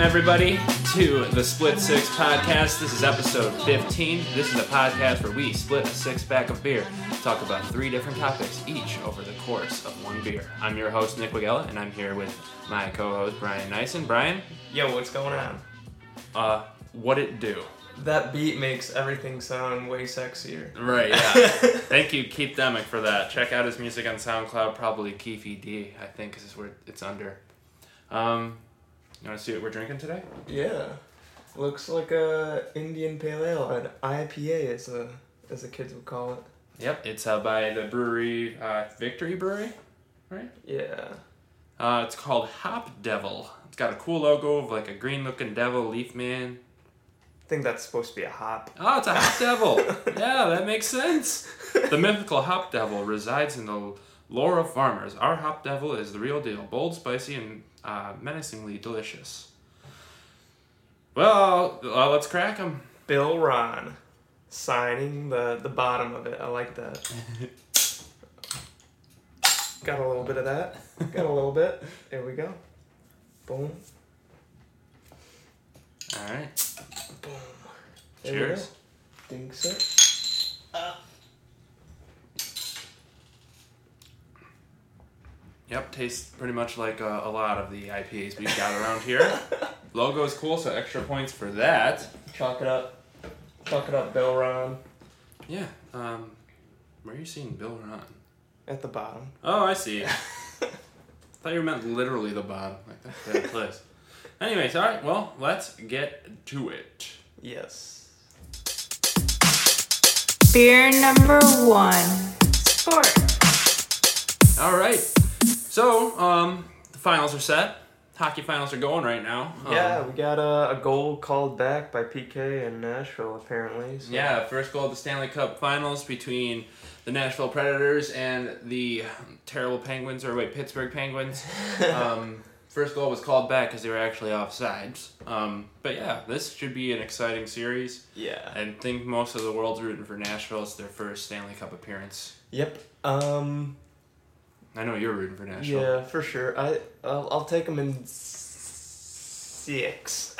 everybody, to the Split Six Podcast. This is episode 15. This is a podcast where we split a six pack of beer, talk about three different topics each over the course of one beer. I'm your host, Nick Wigella, and I'm here with my co host, Brian Nyson. Brian, Yo, what's going on? uh, what it do? That beat makes everything sound way sexier. Right, yeah. Thank you, Keith Demick, for that. Check out his music on SoundCloud, probably Keefy D, I think, is where it's under. Um, you want to see what we're drinking today? yeah, looks like a Indian Pale Ale, an IPA, as the as the kids would call it. Yep, it's uh, by the brewery uh, Victory Brewery. Yeah, Uh, it's called Hop Devil. It's got a cool logo of like a green looking devil, leaf man. I think that's supposed to be a hop. Oh, it's a hop devil. Yeah, that makes sense. The mythical hop devil resides in the lore of farmers. Our hop devil is the real deal, bold, spicy, and uh, menacingly delicious. Well, uh, let's crack them. Bill Ron, signing the the bottom of it. I like that. Got a little bit of that. Got a little bit. There we go. Boom. All right, Boom. There we go. cheers. Think so. Yep, tastes pretty much like uh, a lot of the IPAs we've got around here. Logo is cool, so extra points for that. Chalk it up. Chalk it up, Bill Ron. Yeah. Um, where are you seeing Bill Ron? At the bottom. Oh, I see. thought you meant literally the bottom. Like that's a bad place. Anyways, all right. Well, let's get to it. Yes. Beer number one. Sport. All right. So, um, the finals are set. Hockey finals are going right now. Um, yeah, we got a, a goal called back by PK in Nashville, apparently. So. Yeah, first goal of the Stanley Cup Finals between the Nashville Predators and the terrible Penguins, or wait, Pittsburgh Penguins. Um, first goal was called back because they were actually offsides. Um, but yeah, this should be an exciting series. Yeah. I think most of the world's rooting for Nashville. It's their first Stanley Cup appearance. Yep. Um. I know you're rooting for Nashville. Yeah, for sure. I I'll, I'll take them in s- six.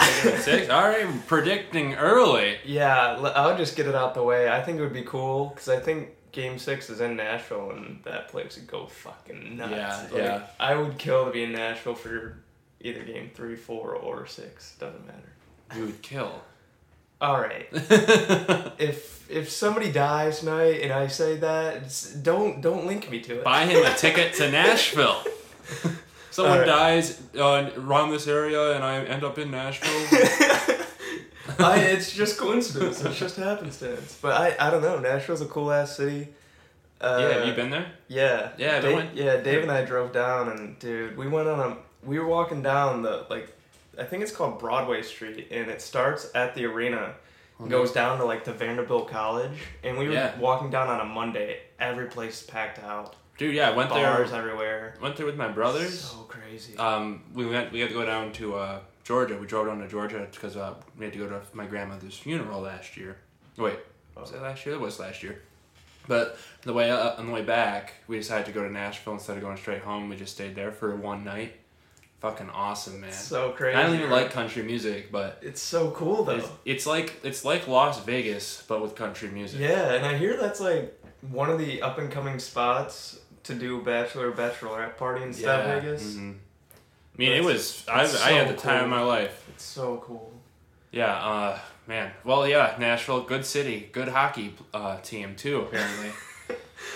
Six? All right, predicting early. yeah, l- I'll just get it out the way. I think it would be cool because I think Game Six is in Nashville and that place would go fucking nuts. Yeah, Like, yeah. I would kill to be in Nashville for either game three, four, or six. Doesn't matter. You would kill. All right. if if somebody dies tonight and I say that, it's, don't don't link me to it. Buy him a ticket to Nashville. Someone All right. dies uh, around this area, and I end up in Nashville. I, it's just coincidence. It's just happenstance. But I, I don't know. Nashville's a cool ass city. Uh, yeah, have you been there? Yeah. Yeah, I've been Dave, one. Yeah, Dave and I drove down, and dude, we went on a. We were walking down the like, I think it's called Broadway Street, and it starts at the arena, and goes down to like the Vanderbilt College, and we were Yeah. walking down on a Monday. Every place packed out, Dude, yeah, I went bars there. everywhere. Went there with my brothers. So crazy. Um, we went. We had to go down to uh, Georgia. We drove down to Georgia because uh, we had to go to my grandmother's funeral last year. Wait, Oh. was that last year? It was last year. But the way uh, on the way back, we decided to go to Nashville instead of going straight home. We just stayed there for one night. Fucking awesome, man. so crazy. I don't even like country music, but It's so cool though. It's, it's like it's like Las Vegas, but with country music. Yeah, and I hear that's like one of the up and coming spots to do bachelor bachelorette party in South Yeah, Vegas. mhm. I mean, it That's- was. I, that's I had so the time of cool. my life. It's so cool. Yeah, uh, man. Well, yeah, Nashville, good city, good hockey uh, team too. Apparently,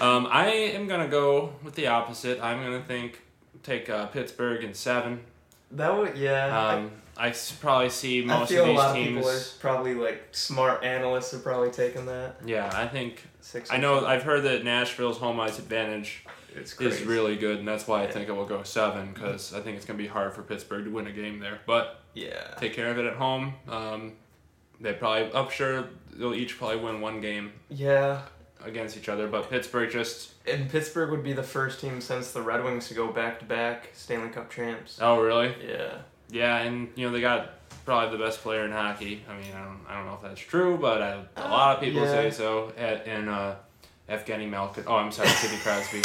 um, I am gonna go with the opposite. I'm gonna think take uh, Pittsburgh and seven. That would yeah. Um, I s- probably see I, I most feel of a these lot of people are teams. probably like smart analysts are probably taking that Yeah, I think six. I know. I've heard that Nashville's home ice advantage it's crazy. is really good, and that's why I think it will go seven because I think it's going to be hard for Pittsburgh to win a game there. But yeah. take care of it at home. Um, they probably, I'm sure they'll each probably win one game Yeah, against each other, but Pittsburgh just, and Pittsburgh would be the first team since the Red Wings to go back to back Stanley Cup champs. oh, really? Yeah. Yeah, and, you know, they got probably the best player in hockey. I mean, I don't, I don't know if that's true, but I, a lot of people Uh, yeah. say so. At, and uh, Evgeny Malkin, oh, I'm sorry, Sidney Crosby.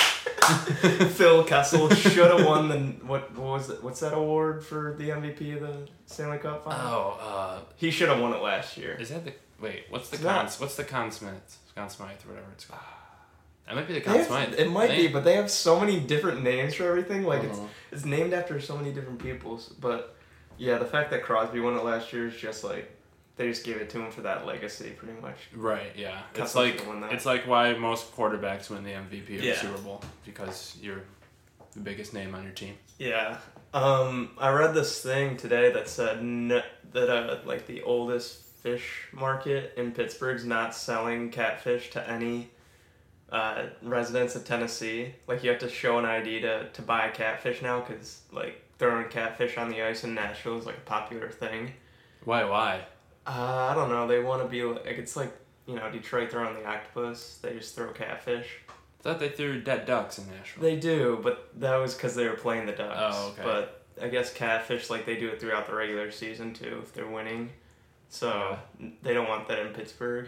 Phil Kessel should have won the what, what was it, what's that award for the MVP of the Stanley Cup final? Oh, He should have won it last year. uh, is that the wait? What's the It's not- cons? What's the con Smith? Con Smythe or whatever it's called. That might be the They con have- Smythe. it might be, They- but they have so many different names for everything. Like Uh-huh. it's it's named after so many different peoples. But yeah, the fact that Crosby won it last year is just like they just gave it to him for that legacy, pretty much. Right, yeah. It's Kessel like should've won that. it's like why most quarterbacks win the MVP of Yeah. the Super Bowl because you're the biggest name on your team. Yeah. Um, I read this thing today that said n- that uh, like the oldest fish market in Pittsburgh's not selling catfish to any uh, residents of Tennessee. Like you have to show an ID to to buy catfish now because like throwing catfish on the ice in Nashville is like a popular thing. Why? Why? Uh, I don't know. They want to be like it's like you know Detroit throwing the octopus. They just throw catfish. I thought they threw dead ducks in Nashville. They do, but that was because they were playing the Ducks. Oh, okay. But I guess catfish like they do it throughout the regular season too if they're winning. So they don't want that in Pittsburgh.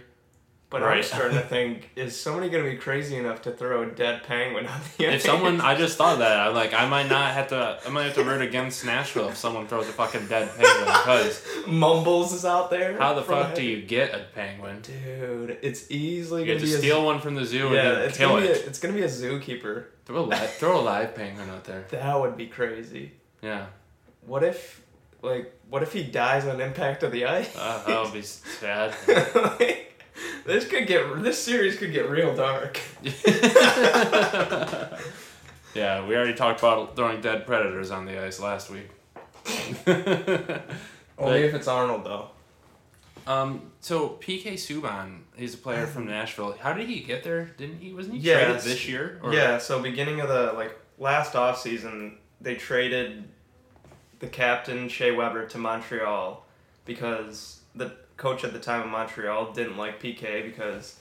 But I'm Right. starting to think: Is somebody going to be crazy enough to throw a dead penguin on the ice? if someone, I just thought of that. I'm like, I might not have to. I might have to root against Nashville if someone throws a fucking dead penguin. Because mumbles is out there, how the from fuck do you get a penguin? dude? It's easily You going have to to be a steal one from the zoo zoo- and yeah, then it's kill gonna it. be a, it's going to be a zookeeper. throw a live, throw a live penguin out there. That would be crazy. Yeah, What if, like, what if he dies on impact of the ice? uh, that would be sad. Like, this could get this series could get real dark. yeah, we already talked about throwing dead predators on the ice last week. Only if it's Arnold though. um, so PK Subban, he's a player from Nashville. How did he get there? Didn't he? Wasn't he Um, Yeah, traded it's- this year? Yeah, so beginning of the like last off season, they traded the captain Shea Weber to Montreal because the coach at the time of Montreal didn't like PK because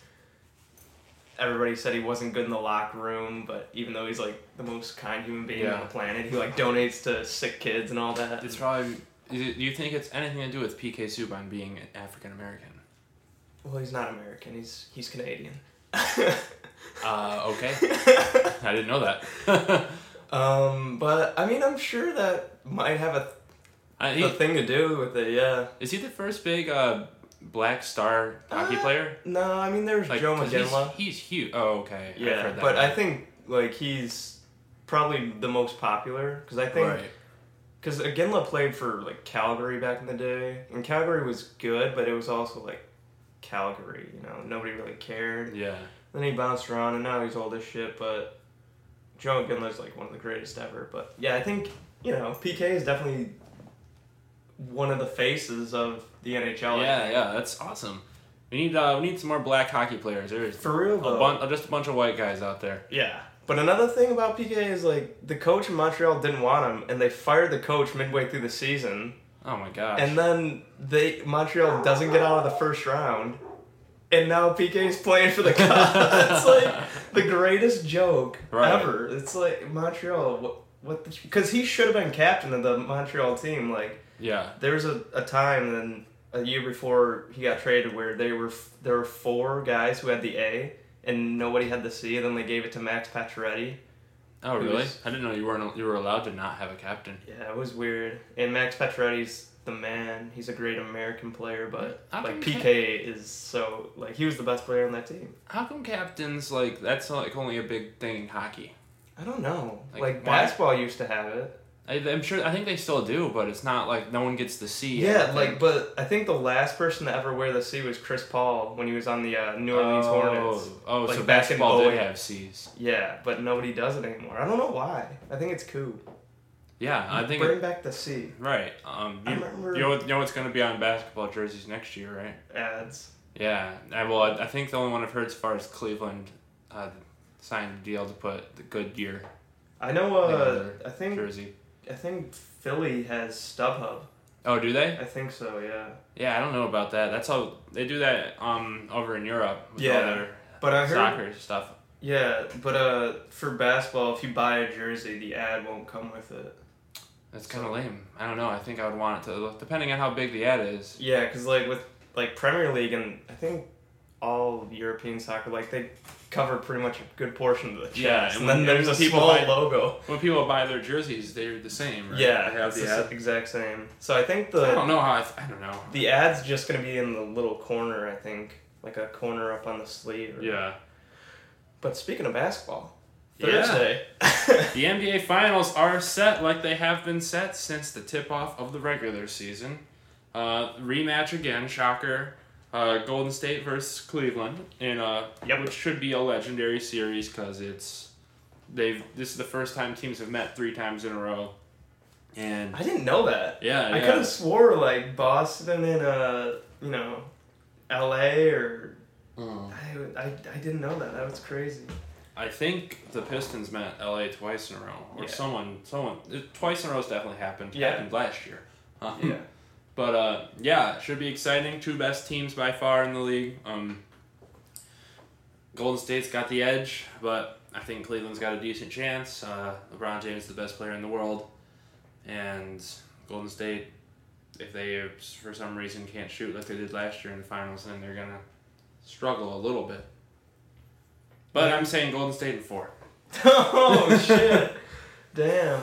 everybody said he wasn't good in the locker room, but even though he's like the most kind human being Yeah. on the planet, he like donates to sick kids and all that. it's probably. Do you think it's anything to do with PK Subban being African American? well, he's not American. He's he's Canadian. Uh, okay, I didn't know that. Um, but I mean, I'm sure that might have a, I, a Uh, he, thing to do with it. Yeah. is he the first big uh, black star hockey Uh, player? No, I mean there's Like, Joe 'cause he's- McGinley. He's, huge. Oh, okay. I've Yeah, heard that but I one. think like he's probably the most popular because I think Right. because Aginla played for like Calgary back in the day, and Calgary was good, but it was also like Calgary. You know, nobody really cared. Yeah. Then he bounced around, and now he's old as shit. But Joe Ginla's like one of the greatest ever. But yeah, I think you know PK is definitely one of the faces of the NHL. I Yeah, think. yeah, that's awesome. We need uh, we need some more black hockey players. There's For real a though. bun- just a bunch of white guys out there. Yeah. But another thing about PK is like the coach in Montreal didn't want him, and they fired the coach midway through the season, Oh my gosh. and then they Montreal doesn't get out of the first round, and now PK's playing for the Cubs. it's like the greatest joke Right. ever. It's like Montreal. What? What? Because he should have been captain of the Montreal team. Like yeah. there was a, a time then a year before he got traded where they were f- there were four guys who had the A and nobody had the C and then they gave it to Max Pacioretty. Oh Who's- really? I didn't know you weren't you were allowed to not have a captain. Yeah, it was weird. And Max Pacioretty's the man. He's a great American player, but I like think- PK is so like he was the best player on that team. How come captains like that's like only a big thing in hockey? I don't know. Like, Like, why- basketball used to have it. I, I'm sure I think they still do, but it's not like no one gets to see. Yeah, everything. like but I think the last person to ever wear the C was Chris Paul when he was on the uh, New Orleans Hornets. Oh, oh Like, so back in basketball did 08. have C's. Yeah, but nobody does it anymore. I don't know why. I think it's cool. Yeah, I think bring back the C right. Um, I you, remember- you know what, you know what's gonna be on basketball jerseys next year, right? ads. Yeah, I, well, I, I think the only one I've heard as far as Cleveland uh, signed a deal to put the Goodyear I know. Uh, Yeah, I think jersey. I think Philly has StubHub. Oh, do they? I think so. Yeah. Yeah, I don't know about that. That's how they do that um over in Europe with all Yeah, their But I heard. soccer stuff. Yeah, but uh, for basketball, if you buy a jersey, the ad won't come with it. That's kind of lame. I don't know. I think I would want it to look depending on how big the ad is. Yeah, cause like with like Premier League and I think all European soccer. Like they cover pretty much a good portion of the chest. Yeah, and, and then when- there's a and people small buy- logo. When people buy their jerseys, they're the same, right? Yeah, They have it's the the s- ad. exact same. So I think I the don't know how. I, f- I don't know. the ad's just gonna be in the little corner. I think like a corner up on the sleeve. or- Yeah. But speaking of basketball, Yeah. Thursday. The NBA Finals are set like they have been set since the tip off of the regular season. Uh, rematch again, shocker. Uh, Golden State versus Cleveland in a Yep. which should be a legendary series because it's they've this is the first time teams have met three times in a row, and I didn't know that. yeah, I yeah. could have swore like Boston and uh you know, L.A. or Mm. I, I, I didn't know that. That was crazy. I think the Pistons met LA twice in a row, or Yeah. someone, someone it- twice in a row's definitely happened. Yeah. Mm-hmm. happened last year. Um, But uh, yeah, it should be exciting. Two best teams by far in the league. Um, Golden State's got the edge, but I think Cleveland's got a decent chance. Uh, LeBron James is the best player in the world, and Golden State, if they for some reason can't shoot like they did last year in the finals, then they're gonna struggle a little bit. But I'm saying Golden State in four. oh shit! Damn.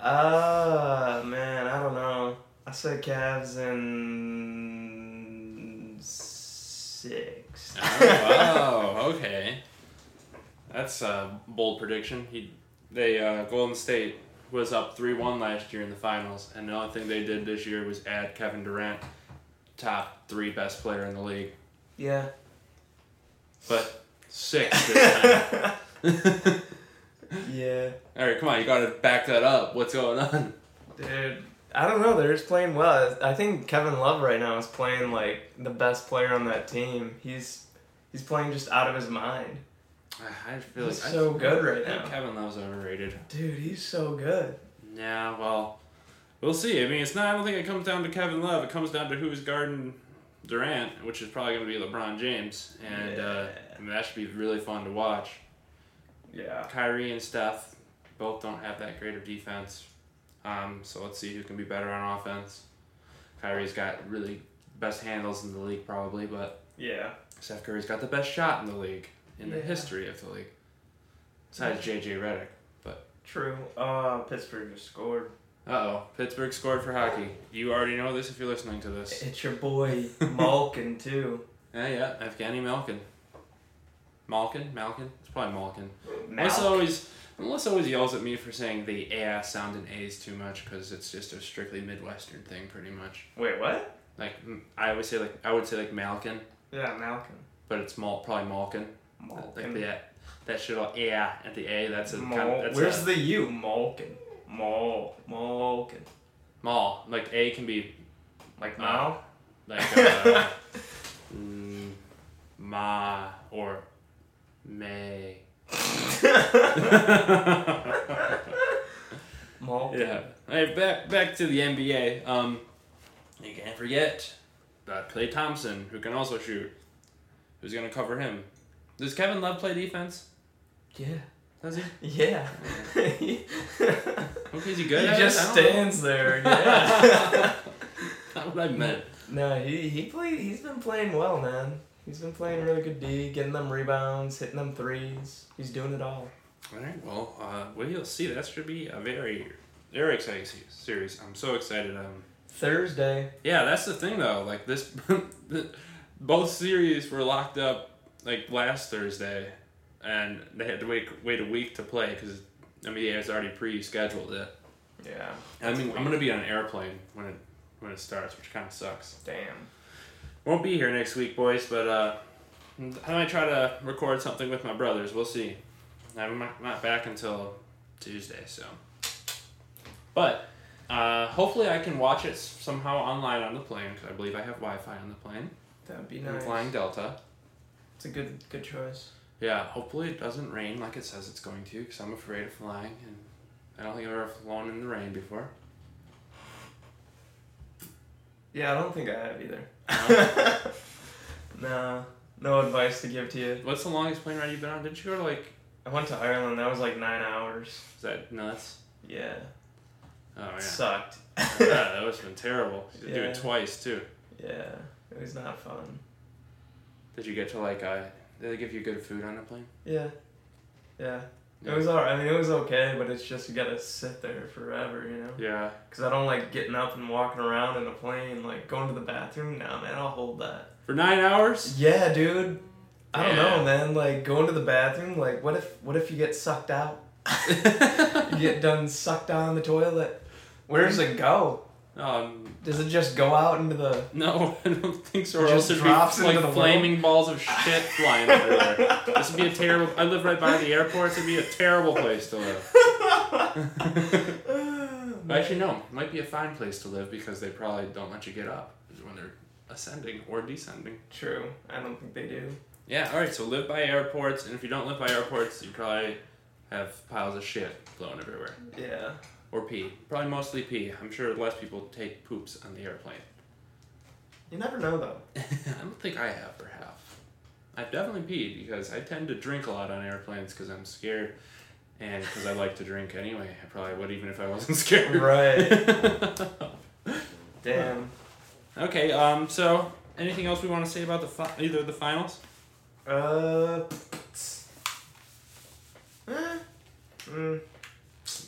Ah man, I don't know. I said Cavs in six. Oh, wow. Okay. That's a bold prediction. He, they, uh, Golden State was up 3 1 last year in the finals, and the only thing they did this year was add Kevin Durant, top three best player in the league. yeah. But six this time. Yeah, All right, come on, you gotta back that up. What's going on? dude. I don't know. They're just playing well. I think Kevin Love right now is playing like the best player on that team. He's he's playing just out of his mind. I I feel like He's I- so good right I think now. Kevin Love's overrated. Dude, he's so good. Yeah, well, we'll see. I mean, it's not. I don't think it comes down to Kevin Love. It comes down to who's guarding Durant, which is probably going to be LeBron James, and uh, Yeah. I mean, that should be really fun to watch. Yeah. Kyrie and Steph both don't have that great of defense, um, so let's see who can be better on offense. Kyrie's got really best handles in the league, probably, but Yeah. Steph Curry's got the best shot in the league in the Yeah. history of the league, besides JJ Redick. True. Uh, Pittsburgh just scored. Uh oh, Pittsburgh scored for hockey. You already know this if you're listening to this. It's your boy Malkin too. Yeah, yeah, Afghani Malkin. Malkin, Malkin. It's probably Malkin. Melissa Malkin. always, Melissa always yells at me for saying the AR sound in A's too much because it's just a strictly Midwestern thing, pretty much. Wait, what? Like m- I always say, like I would say like Malkin, Yeah, Malkin. but it's Mal, probably Malkin. Like Malkin. the that shit all yeah at the A. That's a kind Mal- of, that's Where's a, the U? Malkin. Mal. Malkin. Mal. Like A can be Like Uh, Mal. like uh, mm, ma or may. Malkin. Yeah. Hey, back back to the NBA. Um, you can't forget about Clay Thompson, who can also shoot. Who's gonna cover him? Does Kevin Love play defense? Yeah. Does he? Yeah. he Okay, is he good? at it? just I don't know. stands there. Yeah. Not what I meant. No, he he played. He's been playing well, man. He's been playing really good D, getting them rebounds, hitting them threes. He's doing it all. All right. Well, uh, well, you'll see. That should be a very, very exciting se- series. I'm so excited. Um, Thursday. yeah, that's the thing though. Like this, both series were locked up like last Thursday, and they had to wait wait a week to play because NBA has already pre-scheduled it. Yeah. I mean, I'm gonna be on an airplane when it when it starts, which kind of sucks. Damn. Won't be here next week, boys. But uh, I might try to record something with my brothers. We'll see. I'm not- not back until Tuesday, so. But uh, hopefully, I can watch it s- somehow online on the plane because I believe I have Wi-Fi on the plane. That'd be I'm nice. flying Delta. It's a good good choice. Yeah, hopefully it doesn't rain like it says it's going to because I'm afraid of flying and I don't think I've ever flown in the rain before. Yeah, I don't think I have either. No? no. No advice to give to you. What's the longest plane ride you've been on? Didn't you go to like I went to Ireland. That was like nine hours. Is that nuts? Yeah. Oh yeah. It sucked. yeah that must have been terrible. You had to do Yeah. it twice too. yeah. It was not fun. Did you get to like uh? Did they give you good food on the plane? Yeah. Yeah. It was alright. I mean, it was okay, but it's just you gotta sit there forever, you know? Yeah. Because I don't like getting up and walking around in a plane, like going to the bathroom. Nah, man, I'll hold that. For nine hours. Yeah, dude. I don't Yeah. know, man. Like going to the bathroom. Like, what if what if you get sucked out? you get done sucked down the toilet. Where does it go? Um. Does it just go out into the? No, I don't think so. Or It else there'd just drops be into like the flaming balls of shit flying everywhere. This would be a terrible. I live right by the airport. So it'd be a terrible place to live. Actually, no. It might be a fine place to live because they probably don't let you get up when they're ascending or descending. True. I don't think they do. Yeah. All right. So live by airports, and if you don't live by airports, you probably have piles of shit blowing everywhere. Yeah. Or pee. Probably mostly pee. I'm sure less people take poops on the airplane. You never know though. I don't think I have or have. I've definitely peed because I tend to drink a lot on airplanes because I'm scared and because I like to drink anyway. I probably would even if I wasn't scared. Right. Damn. okay, um, so anything else we want to say about the fi- either of the finals? Uh. eh, Mm.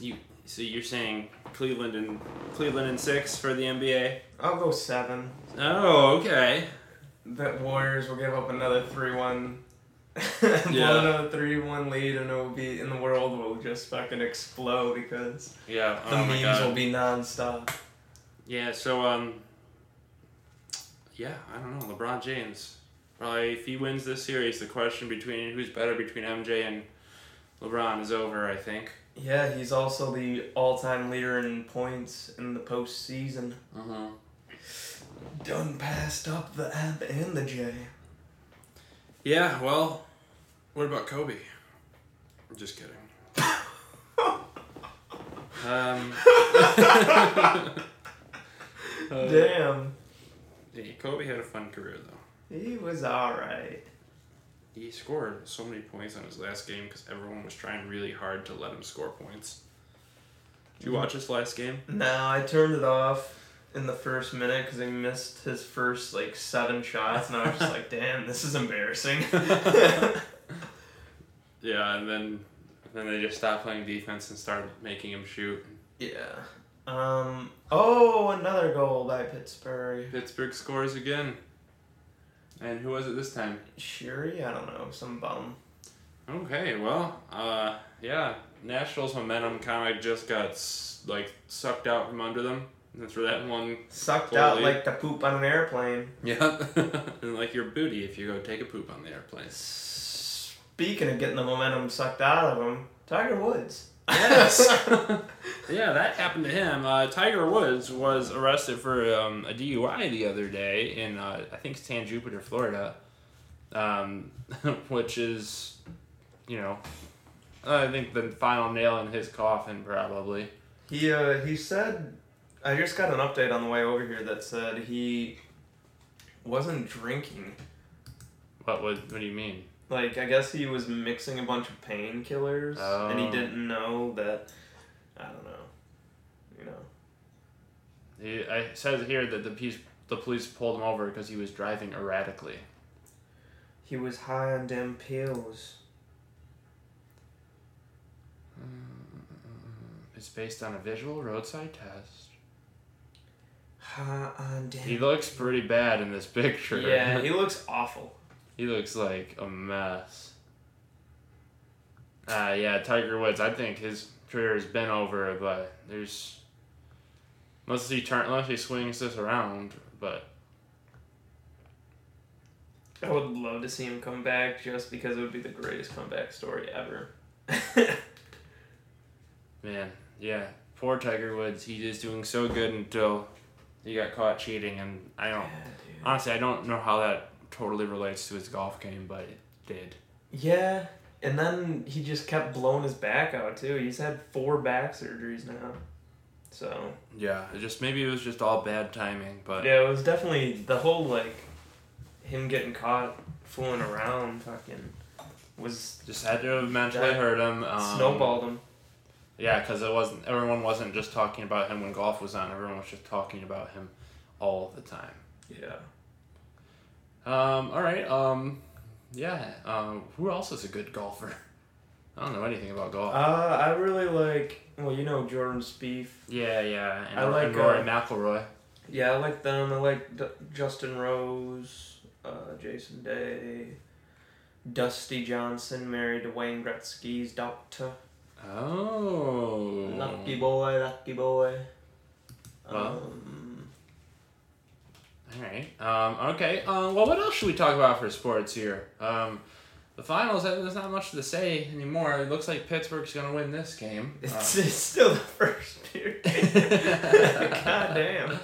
You So you're saying Cleveland and Cleveland and six for the NBA? I'll go seven. Oh, okay. That Warriors will give up another three-one. yeah. Yeah. another three-one lead, and it will be in the world will just fucking explode because Yeah. the oh my memes God. will be non-stop. Yeah, so um yeah, I don't know, LeBron James. Probably if he wins this series, the question between who's better between MJ and LeBron is over, I think. Yeah, he's also the all-time leader in points in the postseason. Uh-huh. Done passed up the M and the J. Yeah, well, what about Kobe? I'm just kidding. um uh, Damn, yeah, Kobe had a fun career though. he was all right. He scored so many points on his last game because everyone was trying really hard to let him score points. Did you watch his last game? No, I turned it off in the first minute because he missed his first like seven shots, and I was just like, "Damn, this is embarrassing." Yeah, and then then they just stopped playing defense and started making him shoot. yeah. Um. Oh, another goal by Pittsburgh. Pittsburgh scores again. And who was it this time? Shuri, I don't know, some bum. Okay, well, uh, yeah, Nashville's momentum kind of just got s- like sucked out from under them. And for that one, Sucked out Goalie. like the poop on an airplane. yeah, and like your booty if you go take a poop on the airplane. Speaking of getting the momentum sucked out of him, Tiger Woods. Yes. yeah, that happened to him. Uh, Tiger Woods was arrested for um, a DUI the other day in uh, I think San Jupiter, Florida, um, which is, you know, I think the final nail in his coffin probably. He uh, he said, I just got an update on the way over here that said he wasn't drinking. What would what do you mean? Like I guess he was mixing a bunch of painkillers, and he Oh. didn't know that. I don't know. You know. He, I it says here that the police the police pulled him over because he was driving erratically. He was high on them pills. It's based on a visual roadside test. High on He them. looks pretty bad in this picture. Yeah, he looks awful. He looks like a mess. Uh, yeah, Tiger Woods. I think his career has been over, but there's unless he turn unless he swings this around. But I would love to see him come back just because it would be the greatest comeback story ever. Oh, man, yeah, poor Tiger Woods. He is doing so good until he got caught cheating, and I don't honestly I don't know how that totally relates to his golf game, but it did. Yeah, and then he just kept blowing his back out too. He's had four back surgeries now. So Yeah, it just maybe it was just all bad timing, but yeah, it was definitely the whole like him getting caught fooling around, fucking was just had to have mentally That hurt him. Um, snowballed him. Yeah, because it wasn't everyone wasn't just talking about him when golf was on. Everyone was just talking about him all the time. Yeah. Um, all right. Um, yeah. Um, who else is a good golfer? I don't know anything about golf. Uh, I really like. Well, you know Jordan Spieth. yeah, yeah. And, I Ro- like, and Rory uh, McIlroy. Yeah, I like them. I like D- Justin Rose, uh, Jason Day, Dusty Johnson, married to Wayne Gretzky's doctor. Oh. Lucky boy, lucky boy. Wow. Um, All right. Um, okay. Um, well, what else should we talk about for sports here? Um, the finals. uh, There's not much to say anymore. It looks like Pittsburgh's gonna win this game. Uh, it's, it's still the first period. Uh, God damn.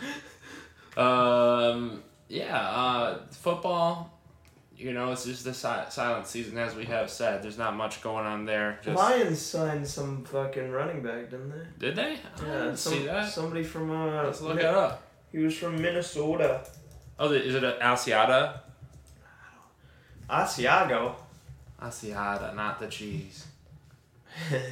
Um, yeah, uh, football, you know, it's just the si- silent season, as we have said. There's not much going on there. Just, Lions signed some fucking running back, didn't they? Did they? I didn't some, see that. somebody from uh, Let's look it up. he was from Minnesota. Oh, the- is it a Asiata? Asiago. Asiata, not the cheese. Okay.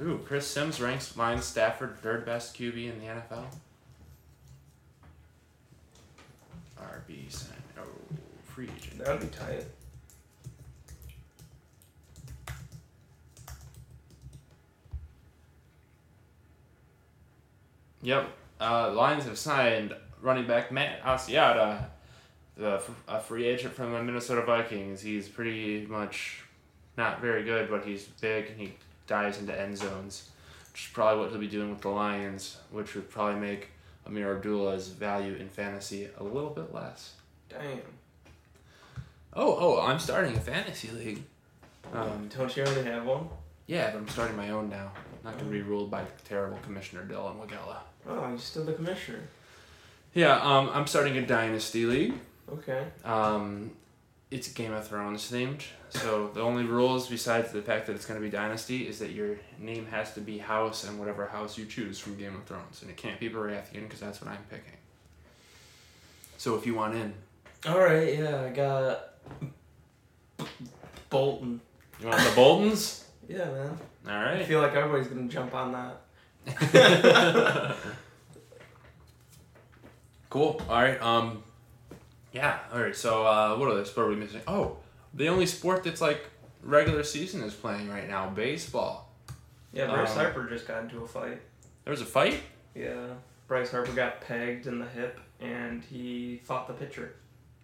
Ooh, Chris Sims ranks Lions Stafford third best QB in the NFL. RB sign. Oh, free agent. That'd be tight. Yep. Uh, Lions have signed running back Matt Asiata, the f- a free agent from the Minnesota Vikings. He's pretty much not very good, but he's big and he dives into end zones, which is probably what he'll be doing with the Lions, which would probably make Amir Abdullah's value in fantasy a little bit less. Damn. Oh, oh, I'm starting a fantasy league. Um, Don't you already have one? yeah, but I'm starting my own now. Not gonna be ruled by terrible Commissioner Dylan Wagella. Oh, you're still the commissioner. Yeah, um, I'm starting a dynasty league. Okay. Um, it's Game of Thrones themed. So the only rules, besides the fact that it's going to be Dynasty, is that your name has to be House and whatever house you choose from Game of Thrones, and it can't be Baratheon because that's what I'm picking. So if you want in, All right. Yeah, I got Bolton. you want the Boltons. Yeah, man. All I right. feel like everybody's gonna jump on that. Cool. All right. Um, yeah. All right. So uh, what other sport are we missing? Oh, the only sport that's like regular season is playing right now, baseball. Yeah, Bryce Um, Harper just got into a fight. There was a fight. Yeah. Bryce Harper got pegged in the hip, and he fought the pitcher.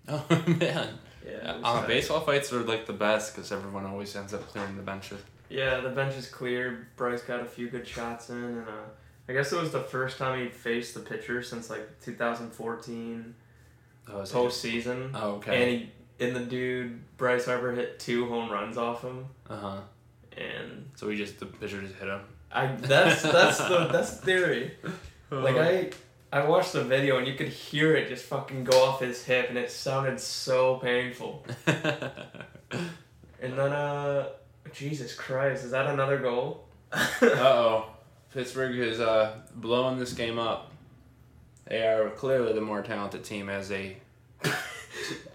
Oh man. Yeah. Yeah, it was uh, sad. baseball fights are like the best because everyone always ends up clearing the benches. Yeah, the bench is clear. Bryce got a few good shots in, and uh, I guess it was the first time he faced the pitcher since like 2014 Oh, is it- postseason. Oh, okay. And he and the dude Bryce Harper hit two home runs off him, Uh huh. and So we just the pitcher just hit him. I that's that's the that's the theory. Like Uh-huh. I I watched the video and you could hear it just fucking go off his hip, and it sounded so painful. And then uh, Jesus Christ, is that another goal? uh oh, Pittsburgh is uh blowing this game up. They are clearly the more talented team as they.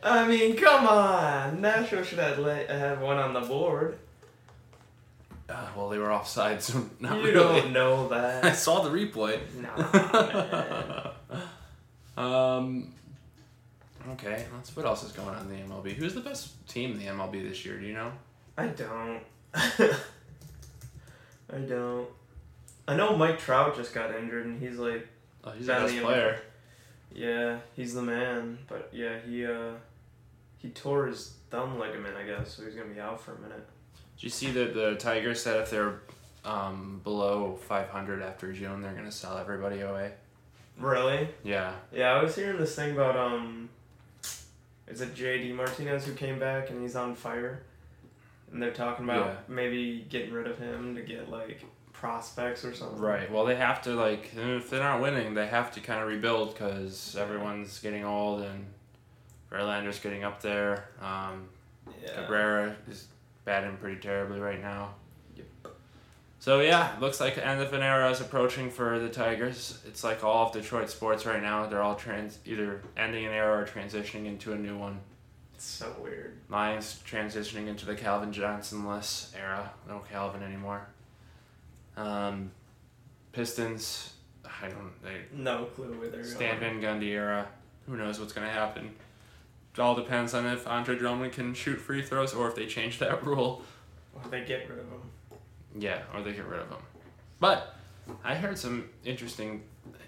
I mean, come on. Nashville should have let, have one on the board. Uh, well, they were offside, so not you really. don't know I that. saw the replay. nah, um. Okay, that's what else is going on in the MLB. Who's the best team in the MLB this year? Do you know? I don't. I don't. I know Mike Trout just got injured, and he's like, Oh, he's the Not in best the player. yeah, he's the man. But yeah, he uh, he tore his thumb ligament, I guess, so he's gonna be out for a minute. Do you see that the Tigers said if they're um, below 500 after June, they're going to sell everybody away? Really? Yeah. Yeah, I was hearing this thing about um, is it JD Martinez who came back and he's on fire, and they're talking about Yeah. maybe getting rid of him to get like prospects or something. Right. Well, they have to, like, if they're not winning, they have to kind of rebuild because everyone's getting old and Verlander's getting up there. Um, Yeah. Cabrera is batting pretty terribly right now. Yep. So yeah, looks like the end of an era is approaching for the Tigers. It's like all of Detroit sports right now; they're all trans either ending an era or transitioning into a new one. It's so weird. Lions transitioning into the Calvin Johnson less era. No Calvin anymore. Um, Pistons I don't. They, No clue where they're Stan going. Van Gundy era. Who knows what's gonna happen? It all depends on if Andre Drummond can shoot free throws or if they change that rule. Or they get rid of him. Yeah, or they get rid of him. But I heard some interesting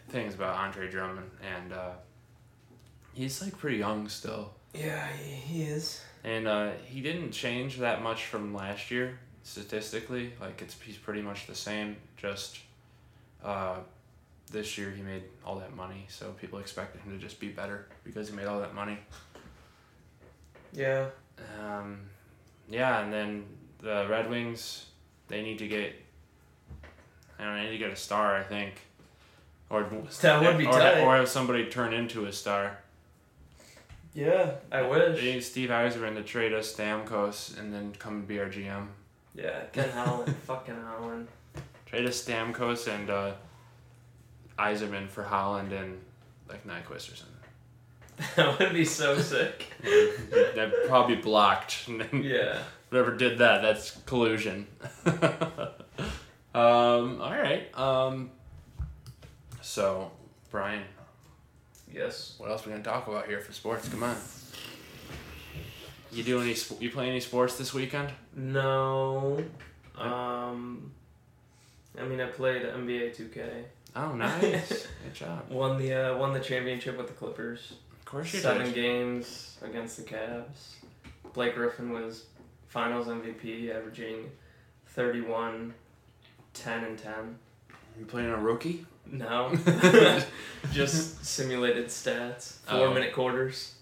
things about Andre Drummond, and uh, he's like pretty young still. Yeah, he, he is. And uh, he didn't change that much from last year statistically. Like it's he's pretty much the same. Just uh, this year he made all that money, so people expected him to just be better because he made all that money. Yeah. Um, yeah, and then the Red Wings, they need to get. I don't know, they need to get a star, I think, or That would be or, tight. or have somebody turn into a star. Yeah, I They wish. need Steve Eiserman to trade us Stamkos and then come and be our GM. Yeah, Ken Holland, fucking Holland. Trade us Stamkos and uh, Eiserman for Holland and like Nyquist or something. That would be so sick. That'd probably be blocked. And then yeah. Whoever did that, that's collusion. um, all right. Um, so, Brian, Yes. what else we gonna talk about here for sports? Come on. You do any? sp- You play any sports this weekend? No. Um. I mean, I played NBA 2K. Oh, nice. Good job. Won the uh, won the championship with the Clippers. Of course you did. Seven games against the Cavs. Blake Griffin was Finals MVP, averaging 31, 10 and 10. You playing a rookie? No, just simulated stats. Four Oh. minute quarters.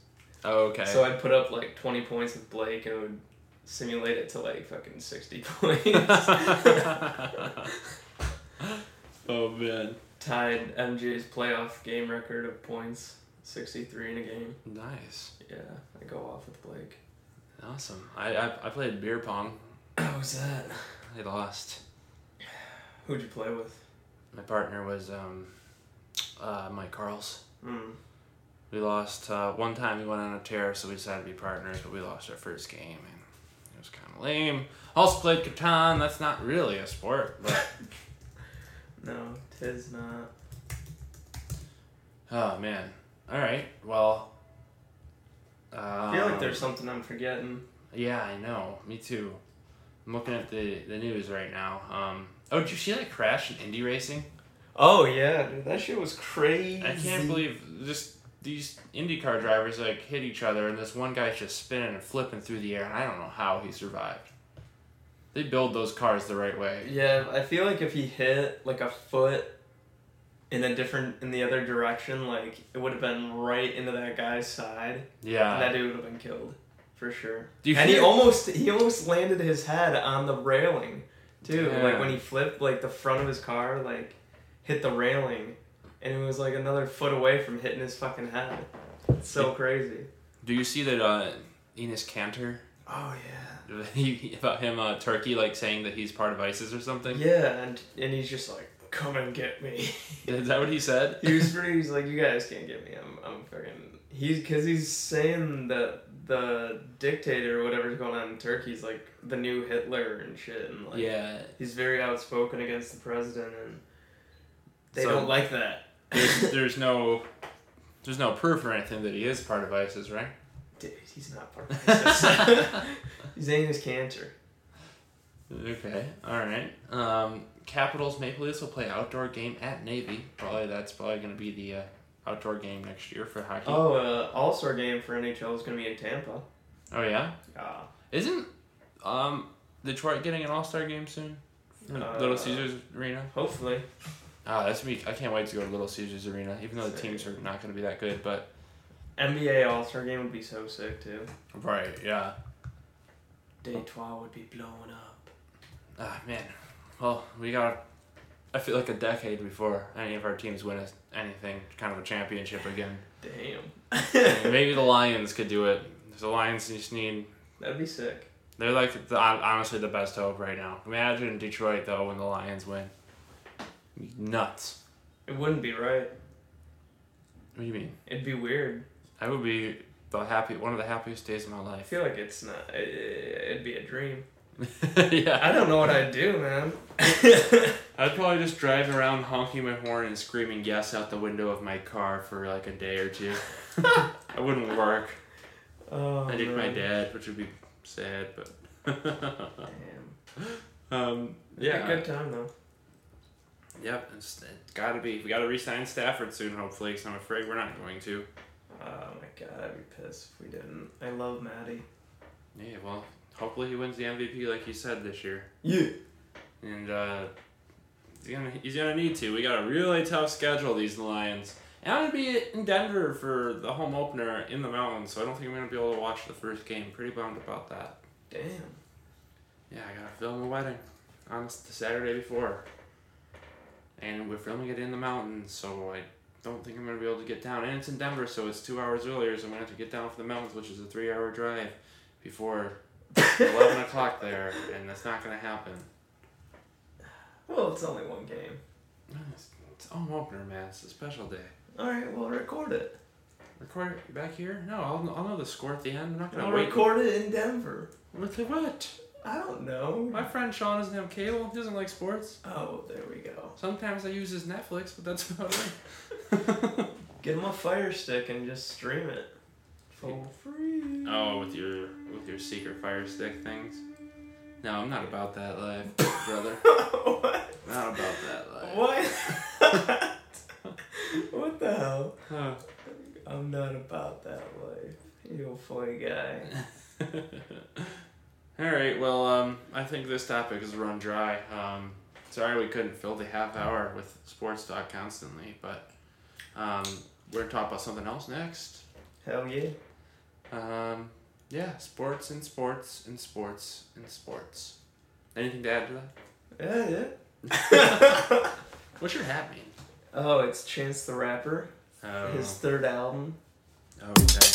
Oh, okay. So I'd put up like 20 points with Blake and it would simulate it to like fucking 60 points. oh man. Tied MJ's playoff game record of points, 63 in a game. Nice. Yeah, I go off with Blake. Awesome. I, I I played beer pong. How was that? I lost. Who'd you play with? My partner was um, uh, Mike Carls. Mm. We lost uh, one time. We went on a tear, so we decided to be partners. But we lost our first game, and it was kind of lame. Also played Catan. That's not really a sport, but No, tis not. oh man. All right. Well. Um, I feel like there's something I'm forgetting. Yeah, I know. Me too. I'm looking at the the news right now. Um. Oh, did you see that crash in Indy racing? Oh yeah, dude, that shit was crazy. I can't believe just these IndyCar drivers like hit each other, and this one guy's just spinning and flipping through the air, and I don't know how he survived. They build those cars the right way. Yeah, I feel like if he hit like a foot in a different in the other direction, like it would have been right into that guy's side, and that Yeah. dude would have been killed for sure. Uh, Do you and he hear- almost he almost landed his head on the railing too. Like when Damn. he flipped, like the front of his car like hit the railing, and it was like another foot away from hitting his fucking head. It's so crazy. Do you see that uh, Enos Cantor Oh yeah. he, about him uh, Turkey like saying that he's part of ISIS or something? Yeah, and and he's just like, come and get me. Is that what he said? he was pretty. He's like, you guys can't get me. I'm I'm fucking. He's because he's saying that the dictator or whatever's going on in Turkey's like the new Hitler and shit, and like yeah. he's very outspoken against the president, and they So- don't like that. There's, there's no there's no proof or anything that he is part of ISIS, right? Dude, he's not part of ISIS. he's aiming his cancer. Okay, all right. Um, Capitals Maple Leafs will play outdoor game at Navy. Probably that's probably going to be the uh, outdoor game next year for hockey. Oh, uh, All Star game for NHL is gonna be in Tampa. Oh, yeah. Ah, Isn't um Detroit getting an All Star game soon? In Little Uh, Caesars Arena. hopefully. Ah, that's me. I can't wait to go to Little Caesars Arena, even though the Sick. teams are not going to be that good. But NBA All Star game would be so sick too. right, yeah. Day 12 would be blowing up. Ah, man. Well, we got. I feel like a decade before any of our teams win us anything, kind of a championship again. Damn. Maybe the Lions could do it. The Lions just need That'd be sick. They're like the, hon- honestly the best hope right now. Imagine Detroit though when the Lions win. Nuts. It wouldn't be right. What do you mean? It'd be weird. I would be the happy one of the happiest days of my I life. feel like it's not. It, it'd be a dream. yeah. I don't know what I'd do, man. I'd probably just drive around honking my horn and screaming yes out the window of my car for like a day or two. I wouldn't work. oh, I did my man. dad, which would be sad, but Damn. um, Yeah, yeah, good time though. yep. It's, it's got to be. We got to resign Stafford soon, hopefully. Because I'm afraid we're not going to. Oh my god, I'd be pissed if we didn't. I love Maddie. Yeah, well, hopefully he wins the MVP like you said this year, Yeah. and uh, he's gonna he's gonna need to. We got a really tough schedule these Lions. And I'm gonna be in Denver for the home opener in the mountains, so I don't think I'm gonna be able to watch the first game. Pretty bummed about that. Damn. Yeah, I gotta film a wedding on s- the Saturday before, and we're filming it in the mountains, so I don't think I'm gonna be able to get down. And it's in Denver, so it's two hours earlier, so I'm gonna have to get down from the mountains, which is a three-hour drive before 11 o'clock there, and that's not going to happen. well, it's only one game. No, It's, it's home opener, man. It's a special day. All right, well, record it. Record it back here? No, I'll, I'll know the score at the end. I'm not going I'll to wait. record it in Denver. With the what? I don't know. My friend Sean doesn't have cable. He doesn't like sports. Oh, there we go. Sometimes I use his Netflix, but that's about it. Give him a fire stick and just stream it for free. oh, with your with your secret fire stick things. No, I'm not about that life, brother. what? Not about that life. What? what the hell? Huh. I'm not about that life. You funny guy. All right. Well, um, I think this topic has run dry. Um, sorry we couldn't fill the half hour with sports talk constantly, but um, we're gonna talk about something else next. Hell yeah. Um, yeah, sports and sports and sports and sports. Anything to add to that? Yeah, yeah. What's your hat mean? Oh, it's Chance the Rapper. Oh, His third album. okay.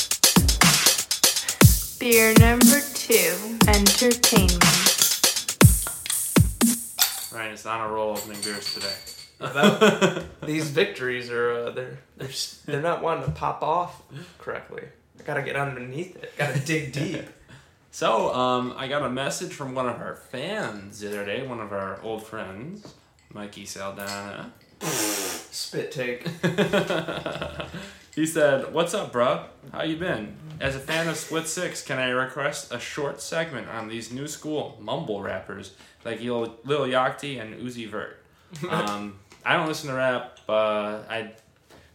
Beer number two, entertainment. Ryan is on a roll opening beers today. That- These victories are uh, they're they're s- they're not wanting to pop off correctly. I gotta get underneath it. Gotta dig deep. So, um, I got a message from one of our fans the other day, one of our old friends, Mikey Saldana. Spit take. he said, "What's up, bro? How you been? As a fan of Split Six, can I request a short segment on these new school mumble rappers like Lil, Lil Yachty and Uzi Vert? Um, I don't listen to rap. Uh, I